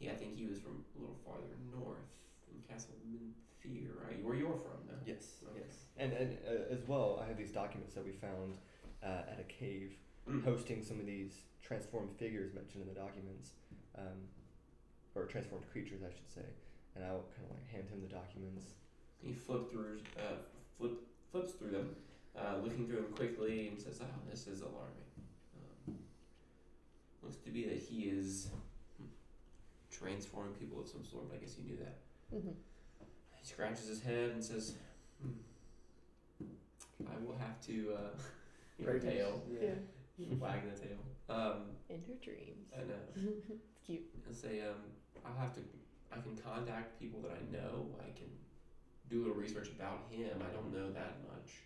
he, I think he was from a little farther north in Castle Minthir, right? Where you're from now. Yes, Okay. uh, yes. And, and uh, as well, I have these documents that we found uh, at a cave Mm. hosting some of these transformed figures mentioned in the documents, um, or transformed creatures, I should say. And I'll kind of like hand him the documents. He flipped through, uh, flip, flips through them, uh, looking through them quickly, and says, "Oh, this is alarming. Um, looks to be that he is hmm, transforming people of some sort. But I guess you knew that." Mm-hmm. He scratches his head and says, hmm, "I will have to uh, your Right. tail, Yeah. wag the tail." Um, In her dreams. I know. it's cute. and say, um, I'll have to, I can contact people that I know. I can do a little research about him. I don't know that much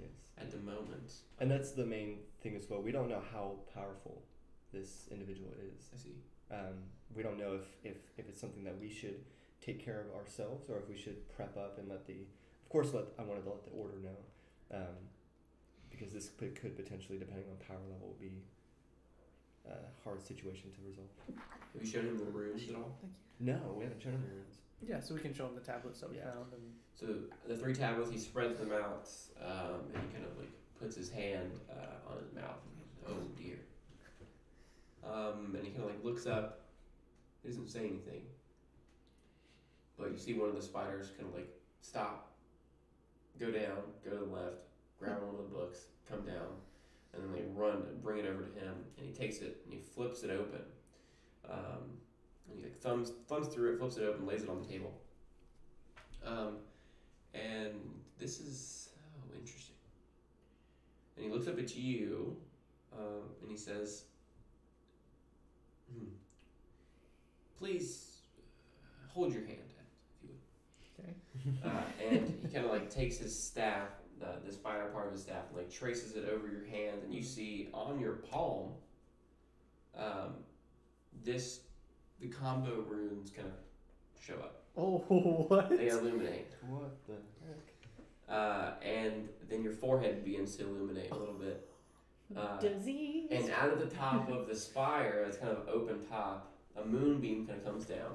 Yes. at the moment. And that's the main thing as well. We don't know how powerful this individual is. I see. Um, we don't know if, if, if it's something that we should take care of ourselves or if we should prep up and let the, of course, let, I wanted to let the order know. Um, because this could, could potentially, depending on power level, be a hard situation to resolve. Have you shown him the runes at all? No, we haven't shown him the runes. Yeah, so we can show them the tablets that we Yeah. found and So the three tablets, he spreads them out, um, and he kind of like puts his hand uh, on his mouth. And, oh dear. Um, and he kind of like looks up. He doesn't say anything. But you see one of the spiders kind of like stop, go down, go to the left, grab one of the books, come down, and then they run and bring it over to him. And he takes it and he flips it open. Um, and he like thumbs thumbs through it, flips it open, lays it on the table. Um, and this is oh, interesting. And he looks up at you, um, and he says, hmm, "Please uh, hold your hand, if you would." Okay. Uh, and he kind of like takes his staff, the, the spider part of his staff, and like traces it over your hand, and you see on your palm, um, this the combo runes kind of show up. Oh what? They illuminate. What the heck? uh, and then your forehead begins to illuminate a little bit. Uh, Disease. and out of the top of the spire, it's kind of open top, a moonbeam kind of comes down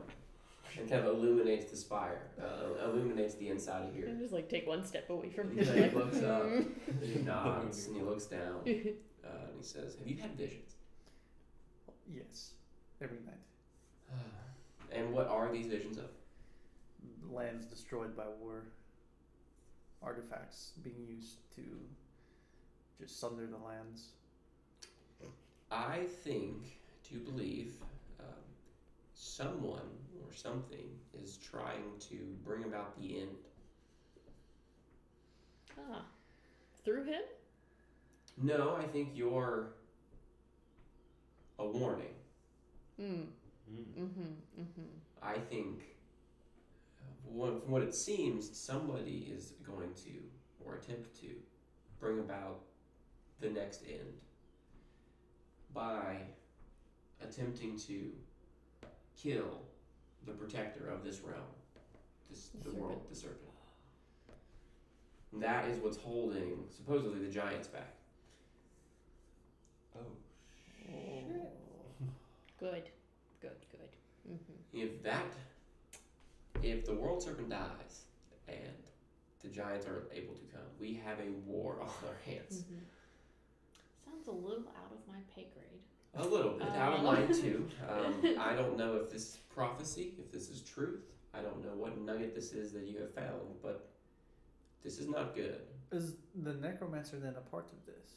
and kind of illuminates the spire, uh, illuminates the inside of here. And just like take one step away from He's me. like, looks uh, up, and he nods, and he looks down, uh, and he says, "Have you had visions? Yes. Every night. and what are these visions of?" Lands destroyed by war. artifacts being used to just sunder the lands. I think to believe um, someone or something is trying to bring about the end. Ah. Through him? No, I think you're a warning. Mm. Mm. Hmm. Mm-hmm. Mm-hmm. I think, uh, what- from what it seems, somebody is going to or attempt to bring about the next end by attempting to kill the protector of this realm, this The the serpent. world, the serpent. And that is what's holding supposedly the giants back. Oh. Good. Good, good. Mm-hmm. If that, if the world serpent dies and the giants are able to come, we have a war on our hands. Mm-hmm. Sounds a little out of my pay grade. A little bit. I would Oh. like to. Um, I don't know if this is prophecy, if this is truth. I don't know what nugget this is that you have found, but this is not good. Is the necromancer then a part of this?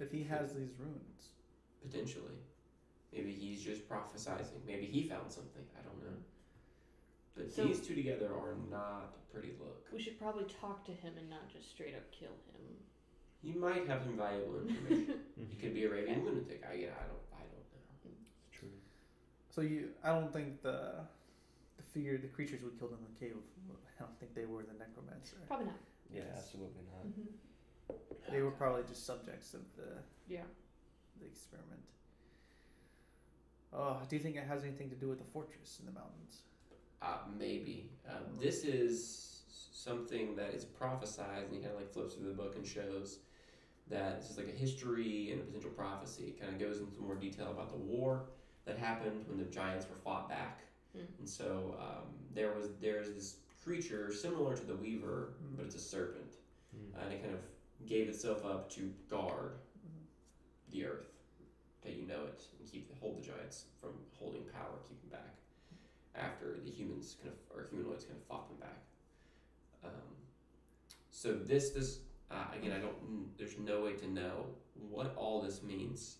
If he has these runes, Potentially. Maybe he's just prophesizing. Maybe he found something. I don't know. But So- these two together are not a pretty look. We should probably talk to him and not just straight up kill him. You might have some valuable information. He could be a raving lunatic. I, yeah, I don't. I don't know. True. so you, I don't think the the figure, the creatures we killed in the cave, I don't think they were the necromancer. Probably not. Yeah, Yes. absolutely Uh, not. Mm-hmm. They were probably just subjects of the Yeah. the experiment. Oh, do you think it has anything to do with the fortress in the mountains? Uh, maybe uh, this is something that is prophesized, and he kind of like flips through the book and shows that this is like a history and a potential prophecy. It kind of goes into more detail about the war that happened when the giants were fought back, Hmm. and so um, there was there is this creature similar to the Weaver, Hmm. but it's a serpent, Mm. Uh, and it kind of gave itself up to guard the earth that you know it and keep hold the giants from holding power, keep them back after the humans kind of or humanoids kind of fought them back. Um, so this this uh, again I don't there's no way to know what all this means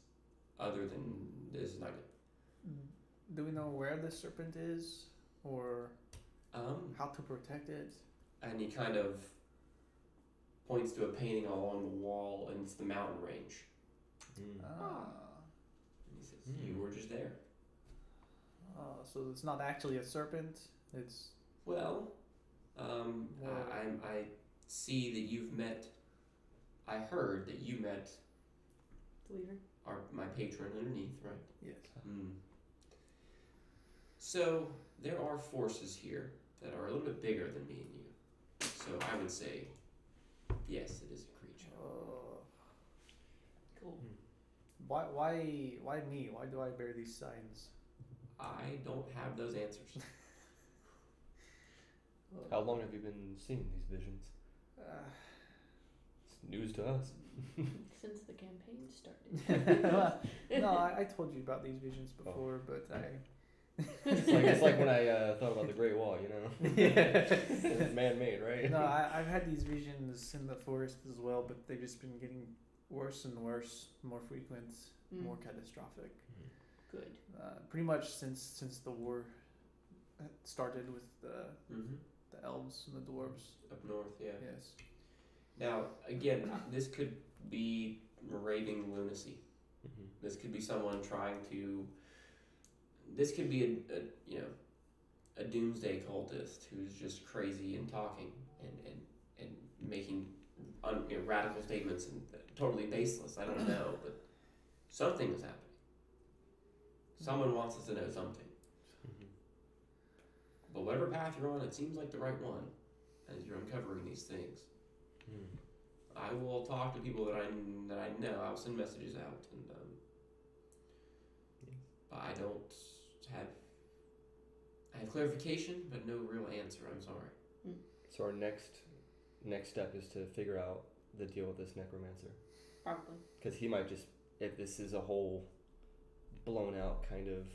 other than this is not good. Do we know where the serpent is, or Um, how to protect it? and he kind of points to a painting along the wall and it's the mountain range. Mm. Ah, And he says, Hmm. "You were just there." oh, so it's not actually a serpent. It's Well, um, Well- I, I'm- I see that you've met. I heard that you met Believer. our my patron underneath, right? yes. Hmm. So there are forces here that are a little bit bigger than me and you. So I would say, yes, it is a creature. Oh, Cool. why, why, why me? Why do I bear these signs? I don't have those answers. How long have you been seeing these visions? Uh, It's news to us. Since the campaign started. no, I, I told you about these visions Oh. before, but I. It's like, it's like when I uh, thought about the Great Wall, you know? it's man made, right? No, I, I've had these visions in the forest as well, but they've just been getting worse and worse, more frequent, Mm. more catastrophic. Good. Uh, pretty much since since the war uh, started with the hmm the elves and the dwarves. Up north, yeah. Mm, Yes. Now again, this could be raving lunacy. Mhm. This could be someone trying to. This could be a, a you know, a doomsday cultist who's just crazy and talking and and and making un, you know, radical statements and totally baseless. I don't know, but something is happening. Someone wants us to know something. Mhm. But whatever path you're on, it seems like the right one, as you're uncovering these things. Mm. I will talk to people that I that I know. I'll send messages out, and um, Yes. but I don't have. I have clarification, but no real answer. I'm sorry. So our next next step is to figure out the deal with this necromancer. Probably. because he might just if this is a whole blown out kind of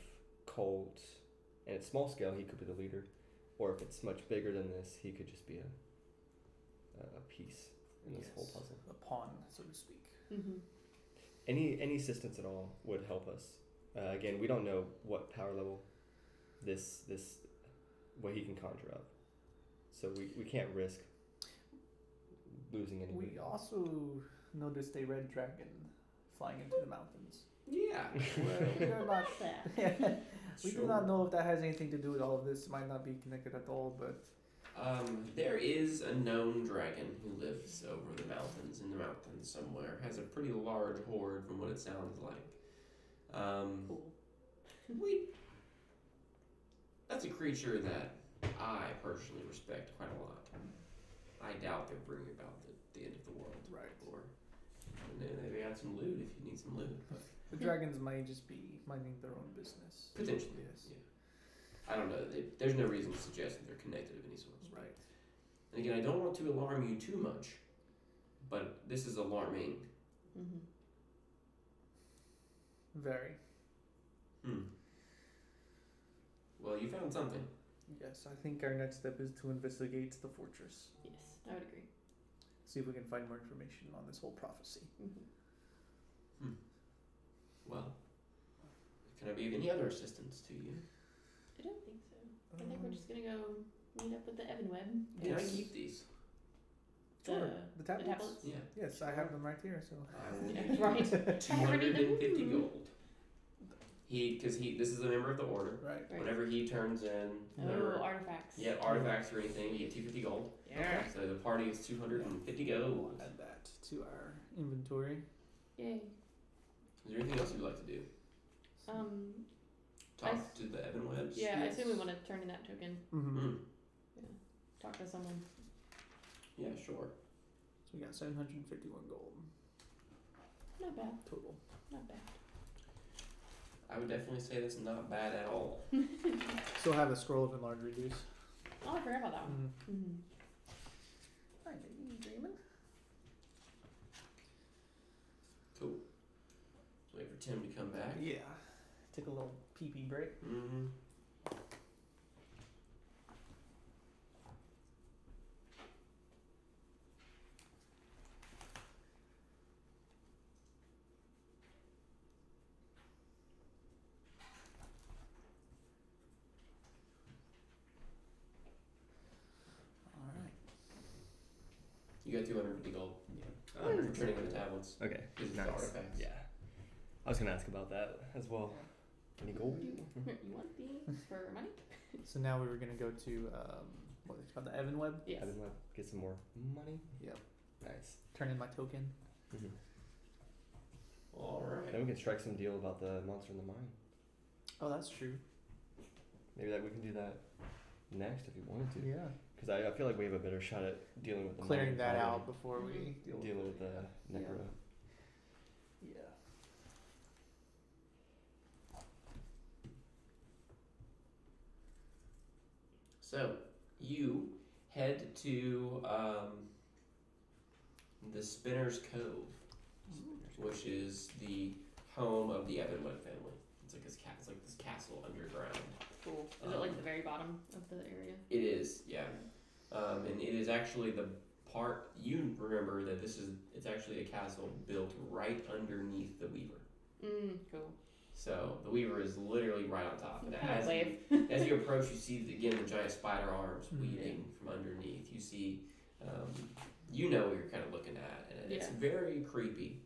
cult and it's small scale he could be the leader or if it's much bigger than this he could just be a uh, a piece in this whole Yes. puzzle. a pawn, so to speak. Mm-hmm. Any any assistance at all would help us. Uh, again, we don't know what power level this this what he can conjure up, so we, we can't risk losing any. We also noticed a red dragon flying into the mountains. Yeah. We Well, are not- that. we do sure. not know if that has anything to do with all of this. Might not be connected at all, but Um, there is a known dragon who lives over the mountains in the mountains somewhere. Has a pretty large horde, from what it sounds like. Um, Cool. we. That's a creature that I personally respect quite a lot. I doubt they'll bring about the, the end of the world. right. Or and they, they got some loot if you need some loot, but The Hmm. dragons might just be minding their own business. potentially. Yes. Yeah. I don't know. They, there's no reason to suggest that they're connected of any sort. Right. And again, I don't want to alarm you too much, but this is alarming. Mm-hmm. Very. Hmm. Well, you found something. Yes, I think our next step is to investigate the fortress. Yes, I would agree. See if we can find more information on this whole prophecy. Mm-hmm. Well, can I be of any other assistance to you? I don't think so. I think Um, we're just gonna go meet up with the Evan Web. Can I Yes. keep these? Sure. uh, The- The tablets. The tablets. Yeah. Yes, I have them right here. So. I will Yeah, give you right. two hundred and fifty Mhm. gold. He, because he, this is a member of the order. Right. Right. Whenever he turns in, whenever Oh, artifacts. yeah, artifacts or anything, you get two fifty gold. Yeah. So the party is two hundred and fifty gold. We'll add that to our inventory. Yay. Is there anything else you'd like to do? Um. I Talk s- to the Evan webs. Yeah, Yes. I assume we want to turn in that token. Mm-hmm. Hmm. Talk to someone. Yeah, sure. So we got 751 gold Not bad. total. Not bad. I would definitely say that's not bad at all. Still have a scroll of enlarged reduce. Oh, I forgot about that one. Mm-hmm. Mm-hmm. Hi, baby, you dreaming? Cool. Wait for Tim to come back. Yeah. Took a little pee pee break. Mm-hmm. All right. You got 250 gold. Yeah. Um, for turning in the tablets. Okay. Because it's Nice. the artifacts. Yeah. I was gonna ask about that as well. Any gold? You, you want these for money? So now we were going to go to um, what is it called? The Evan Web. Yes. I would love to get some more money. Yep. Nice. Turn in my token. Mhm. All Then right. we can strike some deal about the monster in the mine. Oh, that's true. Maybe that we can do that next if you wanted to. Yeah. Because I, I feel like we have a better shot at dealing with the Clearing mine that than out before we Mhm. deal with Dealing with the Yeah. necro. Yeah. So you head to um, the Spinner's Cove, which is the home of the Evanwood family. It's like this ca- it's like this castle underground. Cool. Is it like the very bottom of the area? It is, yeah. Um, and it is actually the part you remember that this is. It's actually a castle built right underneath the Weaver. Mm, cool. So the Weaver is literally right on top. And Kind of as you, as you approach, you see the- again the giant spider arms Mhm. weaving from underneath. You see, um, you know what you're kind of looking at, and it's Yeah. very creepy.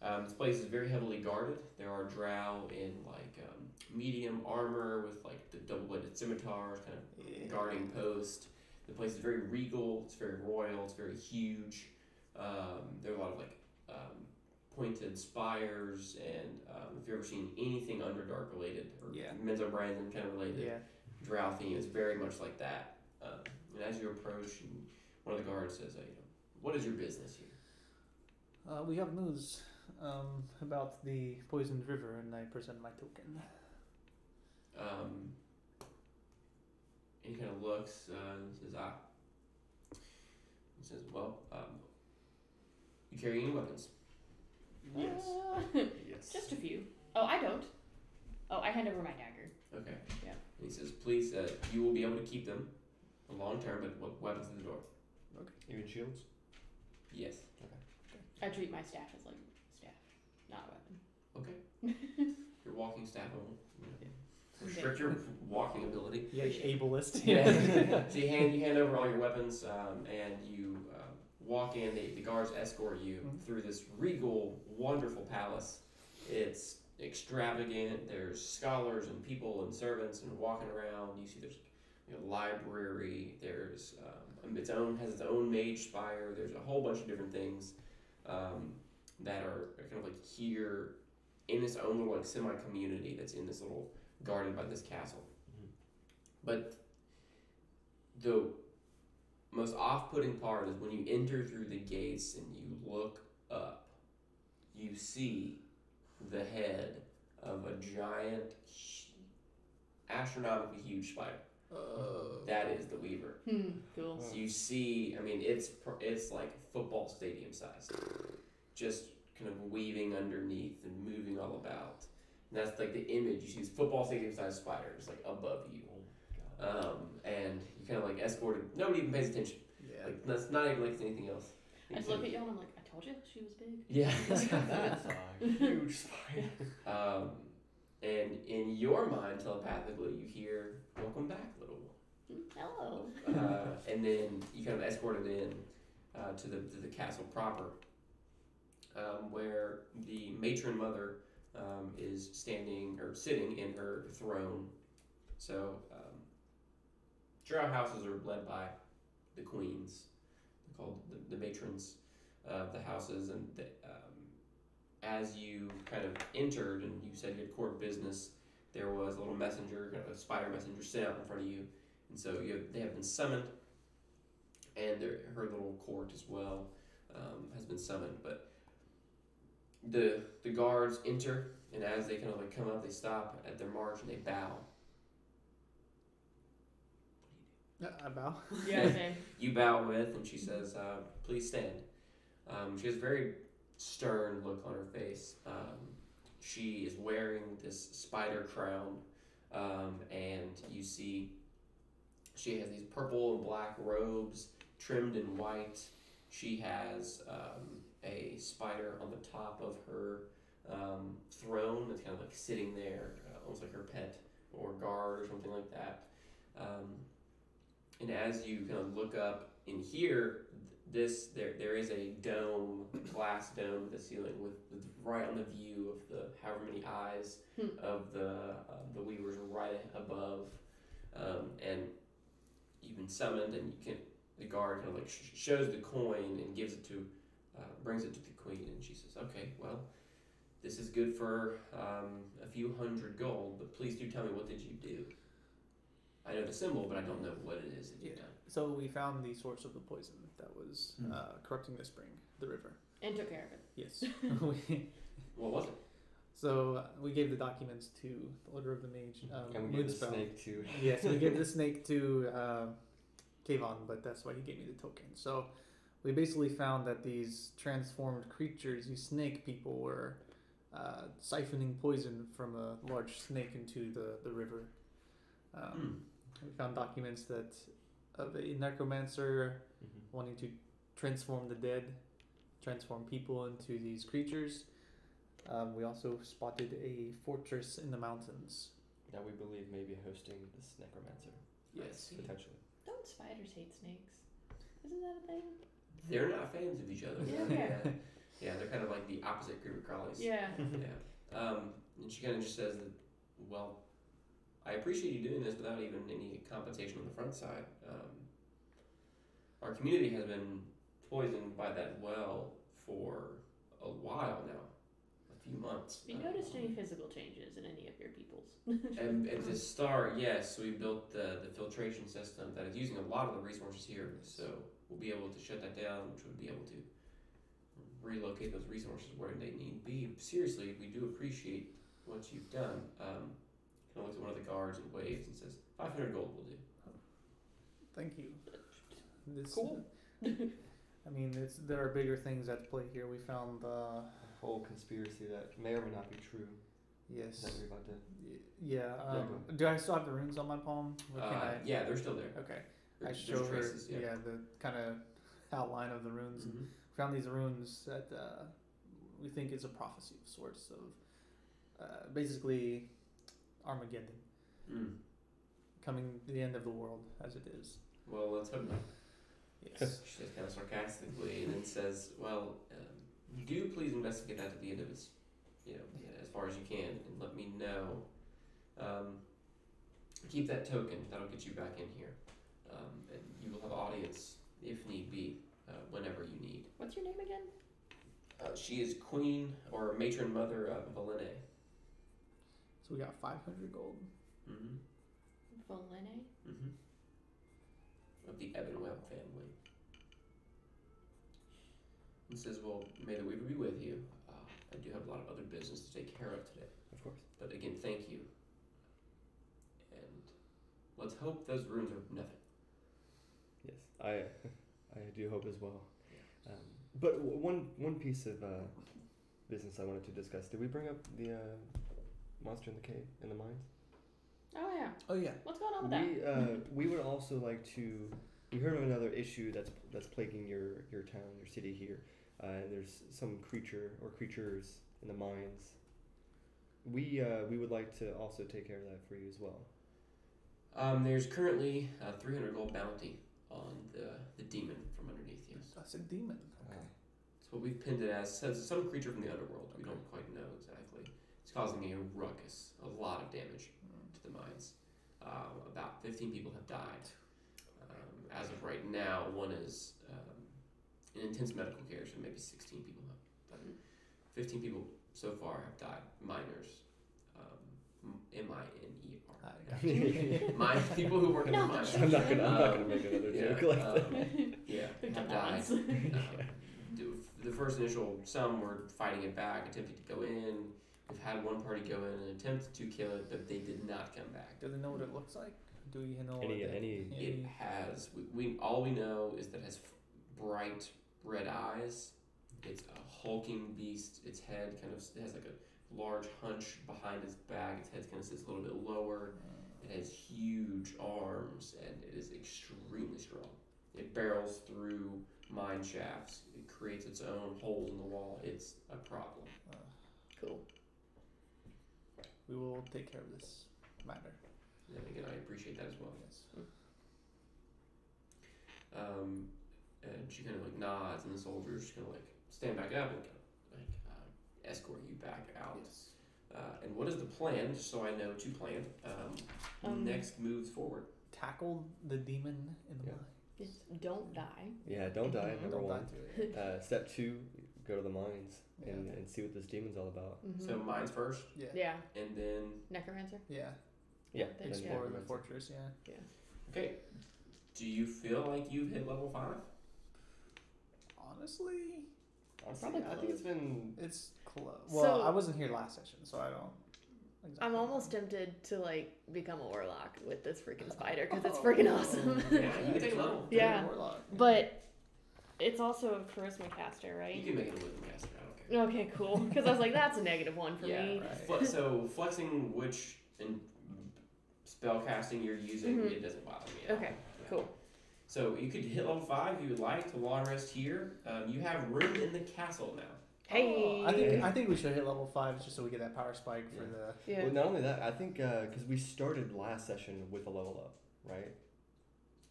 Um, this place is very heavily guarded. There are drow in like um, medium armor with like the double-bladed scimitars, kind of guarding post. The place is very regal. It's very royal. It's very huge. Um, there are a lot of like um, pointed spires, and um, if you've ever seen anything Underdark related or Yeah. Men's O'Brien's kind of related, Yeah. Drow theme is very much like that. Um, and as you approach, and one of the guards says, uh, you know, "What is your business here?" Uh, we have news um, about the poisoned river, and I present my token. Um, and he kind of looks uh, and says, "Ah." He says, "Well, um, you carry any weapons?" Uh, Yes. just a few. Oh, I don't. Oh, I hand over my dagger. Okay. Yeah. And he says, please, uh, you will be able to keep them for long term, but we- weapons in the door. Even shields. Yes. I treat my staff as like staff, not a weapon. Okay. Your walking staff will Yeah. restrict your walking ability. Yeah, ableist. Yeah. so you hand you hand over all your weapons, um, and you uh, walk in. The, the guards escort you Mhm. through this regal, wonderful palace. It's extravagant. There's scholars and people and servants and walking around. You see there's you know, library. There's um, its own has its own mage spire. There's a whole bunch of different things um, that are kind of like here in this own little like semi community that's in this little guarded by this castle. Mhm. But the most off-putting part is when you enter through the gates and you look up, you see the head of a giant, sh- astronomically huge spider. That is the Weaver. Hmm. Cool. So you see, I mean, it's pr- it's like football stadium size, just kind of weaving underneath and moving all about. And that's like the image you see is football stadium size spiders like above you, um, and you kind of like escorted. Nobody even pays attention. yeah. Like that's not even like it's anything else. I just look at y'all and I'm like, I told you she was big. Hmm, yeah. That's a huge spider. um, and in your mind, telepathically, you hear "Welcome back, little one." Mm, Hello. uh, and then you kind of escorted in uh, to the to the castle proper, um, where the matron mother um, is standing or sitting in her throne. So, um, drow houses are led by the queens, they're called the, the matrons of the houses, and the, um, as you kind of entered and you said you had court business. There was a little messenger, kind of a spider messenger, sent out in front of you and so you have, they have been summoned, and their, her little court as well um, has been summoned. But the the guards enter, and as they kind of like come up, they stop at their march and they bow. I bow. Yeah. Okay. You bow with, and she says, uh, "Please stand." Um, she has a very stern look on her face. Um, she is wearing this spider crown, um, and you see she has these purple and black robes trimmed in white. She has um, a spider on the top of her um, throne that's kind of like sitting there, uh, almost like her pet or guard or something like that. Um, and as you kind of look up in here, th- this there there is a dome, glass dome at the ceiling with, with right on the view of the however many eyes Hmm. of the uh, the weavers are right above, um, and you've been summoned, and you can the guard kind of like sh- shows the coin and gives it to, uh, brings it to the queen, and she says, okay, well. This is good for um, a few hundred gold, but please do tell me what did you do? I know the symbol, but I don't know what it is that you've Yeah. done. So we found the source of the poison that was Hmm. uh, corrupting the spring, the river. And took care of it. Yes. We- What was it? so uh, we gave the documents to the Order of the Mage. Um, and we gave the Moonspell. snake to yes, we gave the snake to uh, Kayvon, but that's why he gave me the token. So we basically found that these transformed creatures, these snake people, were uh, siphoning poison from a large snake into the, the river. Um, We found documents that of a necromancer Mm-hmm. wanting to transform the dead, transform people into these creatures. Um, we also spotted a fortress in the mountains. that we believe may be hosting this necromancer Yes. potentially. Don't spiders hate snakes? Isn't that a thing? They're not fans of each other. Yeah. yeah. Yeah, they're kind of like the opposite group of crawlies. Yeah. Yeah. Um, and she kind of just says that, well, I appreciate you doing this without even any compensation on the front side. Um, our community has been poisoned by that well for a while now, a few months. Have you Um, noticed any physical changes in any of your peoples? And at the start, yes, we built the, the filtration system that is using a lot of the resources here. So we'll be able to shut that down, which would be able to relocate those resources where they need be. Seriously, we do appreciate what you've done. Um, kind of looks at one of the guards and waves and says, 500 gold will do. Thank you. This, Cool. I mean, it's, there are bigger things at play here. We found uh, A whole conspiracy that may or may not be true yes, that we're about to. y- yeah. Yeah, Um, do I still have the runes on my palm? Or can Uh, I, yeah, they're still there. Okay, There- I There's show her. traces, yeah. the kind of outline of the runes Mhm. found these runes that uh, we think is a prophecy of sorts of uh, basically Armageddon Mm. coming the end of the world as it is. Well, let's hope not. Yes. She says kind of sarcastically, and then says, "Well, um, do please investigate that at the end of this, you know, as far as you can, and let me know. Um, keep that token; that'll get you back in here, um, and you will have audience if need be, uh, whenever you need." What's your name again? Uh, she is queen or matron mother of Valene. so we got 500 gold. Mm-hmm. Valene. Mm-hmm. Of the Ebonwell family. And says, Well, may the weaver be with you. Uh, I do have a lot of other business to take care of today. Of course. But again, thank you. And let's hope those runes are nothing. Yes, I I do hope as well. Yeah. Um, but w- one one piece of uh, business I wanted to discuss. Did we bring up the uh, monster in the cave in the mines? Oh yeah. Oh yeah. What's going on with that? We uh, we would also like to. We heard of another issue that's that's plaguing your your town, your city here. Uh, and there's some creature or creatures in the mines. We uh, we would like to also take care of that for you as well. Um, there's currently a 300 gold bounty on the, the demon from underneath you. That's a demon. Okay. It's what we've pinned it as. Says some creature from the underworld. We don't quite know exactly. It's causing a ruckus, a lot of damage Mm. to the mines. Um, about 15 people have died. Um, as of right now, one is um, in intense medical care, so maybe 16 people have died. 15 people so far have died. Miners. Um, M I N E R. Mine people who work in the Not the mines. I'm not gonna I'm not Uh, gonna make another yeah, joke like that. um, yeah, have died. Gods. Um, the- the first initial some were fighting it back, attempting to go in. We've had one party go in and attempt to kill it, but they did not come back. Do they know what it looks like? Do you know Any what any they- It has we, we all we know is that it has f- bright red eyes. It's a hulking beast. Its head kind of s- has like a large hunch behind its back. Its head kind of sits a little bit lower. It has huge arms and it is extremely strong. It barrels through mine shafts. It creates its own holes in the wall. It's a problem. Uh, Cool. we will take care of this matter. Oh, And again, I appreciate that as well. Yes. Um, and she kind of like nods, and the soldiers kind of like stand back up and kinda, like uh, escort you back out. Yes. Uh, and what is the plan? Just so I know to plan. Um, Um, next moves forward. Tackle the demon in the Yeah. mind. Yes, Don't die. yeah don't die Mhm. number Don't one. die to it. Uh, step two, go to the mines Yeah. and, and see what this demon's all about. Mhm. So mine's first, Yeah. yeah, and then necromancer. Yeah. Yeah, Then and Explore the necromancy. fortress. Yeah. okay. Do you feel like you've hit level five? Honestly, Honestly, I think it's been It's close. Well, So- I wasn't here last session, so I don't. Exactly I'm know. almost tempted to like become a warlock with this freaking spider because it's Oh. freaking awesome. Yeah, you can take a level. You're a Yeah. warlock. but it's also a charisma caster, You right? can make it a wisdom caster. I don't care. Okay, cool. Because I was like, that's a negative one for Yeah. me. Right. Fle- so flexing which and spell casting you're using, Mhm. it doesn't bother me. at all. Okay, Yeah. cool. So you could hit level five if you would like to long rest here. Um, you have room in the castle now. Hey. Oh, I think Hey. I think we should hit level five just so we get that power spike for Yeah. the. yeah. Well, not only that, I think because we started last session with a level up, right?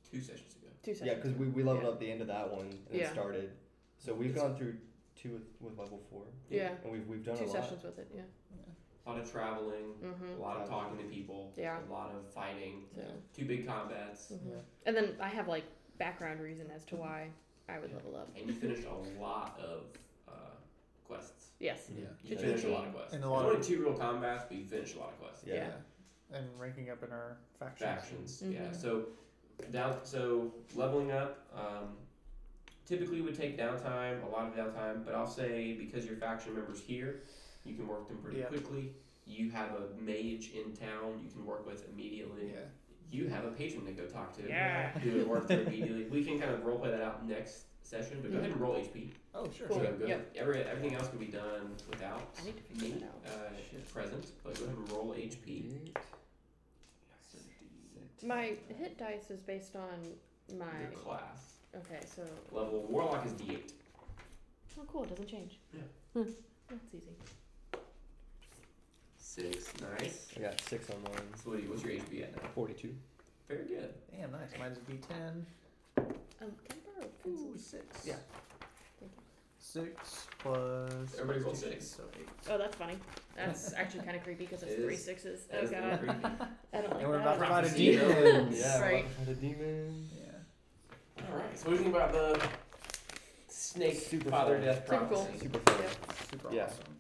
Two sessions ago. Two Yeah, seconds. because we, we leveled Yeah. up the end of that one and it Yeah. started. So we've It's- gone through two with, with level four, Yeah. and we've we've done Two a lot. sessions with it. Yeah. A lot of traveling, Mm-hmm. a lot of talking to people, Yeah. a lot of fighting, So. two big combats, mhm. Yeah. And then I have like background reason as to why I would Yeah. level up. and you finished a lot of uh, quests. Yes. Yeah. You Yeah. finished a lot of quests. And a There's lot of- only two real combats, but you finished a lot of quests. Yeah. Yeah. And ranking up in our factions. factions. Yeah. Mhm. So down. So leveling up. Um, typically would take downtime, a lot of downtime, but I'll say because your faction members here, you can work them pretty Yeah. quickly. You have a mage in town you can work with immediately. Yeah. You have a patron to go talk to. Yeah. You would work through immediately. We can kind of roleplay that out next session, but go ahead and roll HP. Oh sure. So Cool. go- Yep. every, everything else can be done without I need to figure me that out. uh, present, but go ahead and roll HP. Eight. My hit dice is based on my Your class. Okay, so Level warlock is D eight. oh cool, it doesn't change. Yeah. Hmm, That's easy. Six. Nice. I got six on mine. So what do you, what's your HP at now? 42. Very good. Damn, nice. Mine is D10. Um, can I borrow a pencil? six. Yeah. Six plus. Everybody roll 16, six. So eight. Oh, that's funny. That's actually kind of creepy because it's It three is. sixes. That Oh is a little god, creepy. I don't like And we're that. about to fight a Prophecy. demon. Yeah, Right. I had a demon. Yeah. All right. So what do you think about the snake Super father fun. death Super cool. prophecy? Super fun. Yeah. Super Yeah. awesome.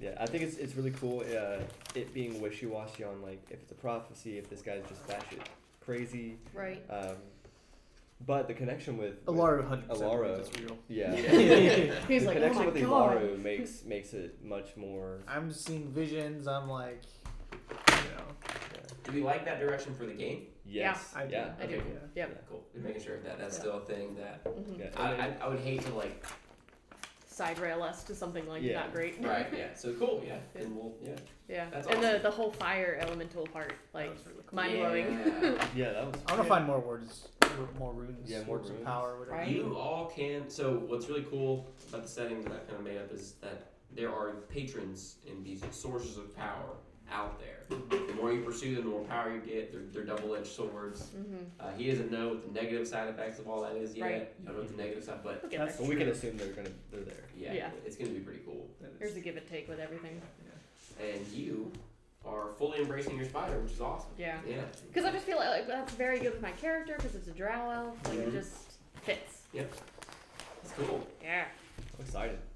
Yeah, I think it's it's really cool. Uh, it being wishy washy on like if it's a prophecy, if this guy's just batshit crazy. Right. Um, but the connection with, with Alara 100%. Alara. That's real. yeah, He's the like, oh connection my with god. Ilaru makes makes it much more. I'm seeing visions. I'm like, you know. Do we like that direction for the game? Yes. I do. yeah. I do. Okay, Yeah. Yep. Cool. Just making sure that that's Yeah. still a thing that Mhm. Yeah. I, I, I would hate to like Side rail us to something like Yeah. not great. right yeah so cool yeah and we'll yeah Yeah. That's and the awesome. the whole fire elemental part, like That was really cool. mind blowing. Yeah. Yeah, that was. I want yeah. to find more words, more runes, Yeah, more words runes. of power, whatever. Right. You all can. So what's really cool about the setting that I kind of made up is that there are patrons and these sources of power out there. The more you pursue them, the more power you get. They're, they're double-edged swords. Mm-hmm. Uh, he doesn't know what the negative side effects of all that is yet. Right. I don't know what the negative side, but We'll get That's- there. But we can True. assume they're gonna they're there. yeah, Yeah. it's gonna be pretty cool. That is- There's a give and take with everything. And you are fully embracing your spider, which is awesome. Yeah. Yeah. Because I just feel like, like that's very good with my character because it's a drow elf. Like Mhm. it just fits. It's cool. Yeah. I'm excited.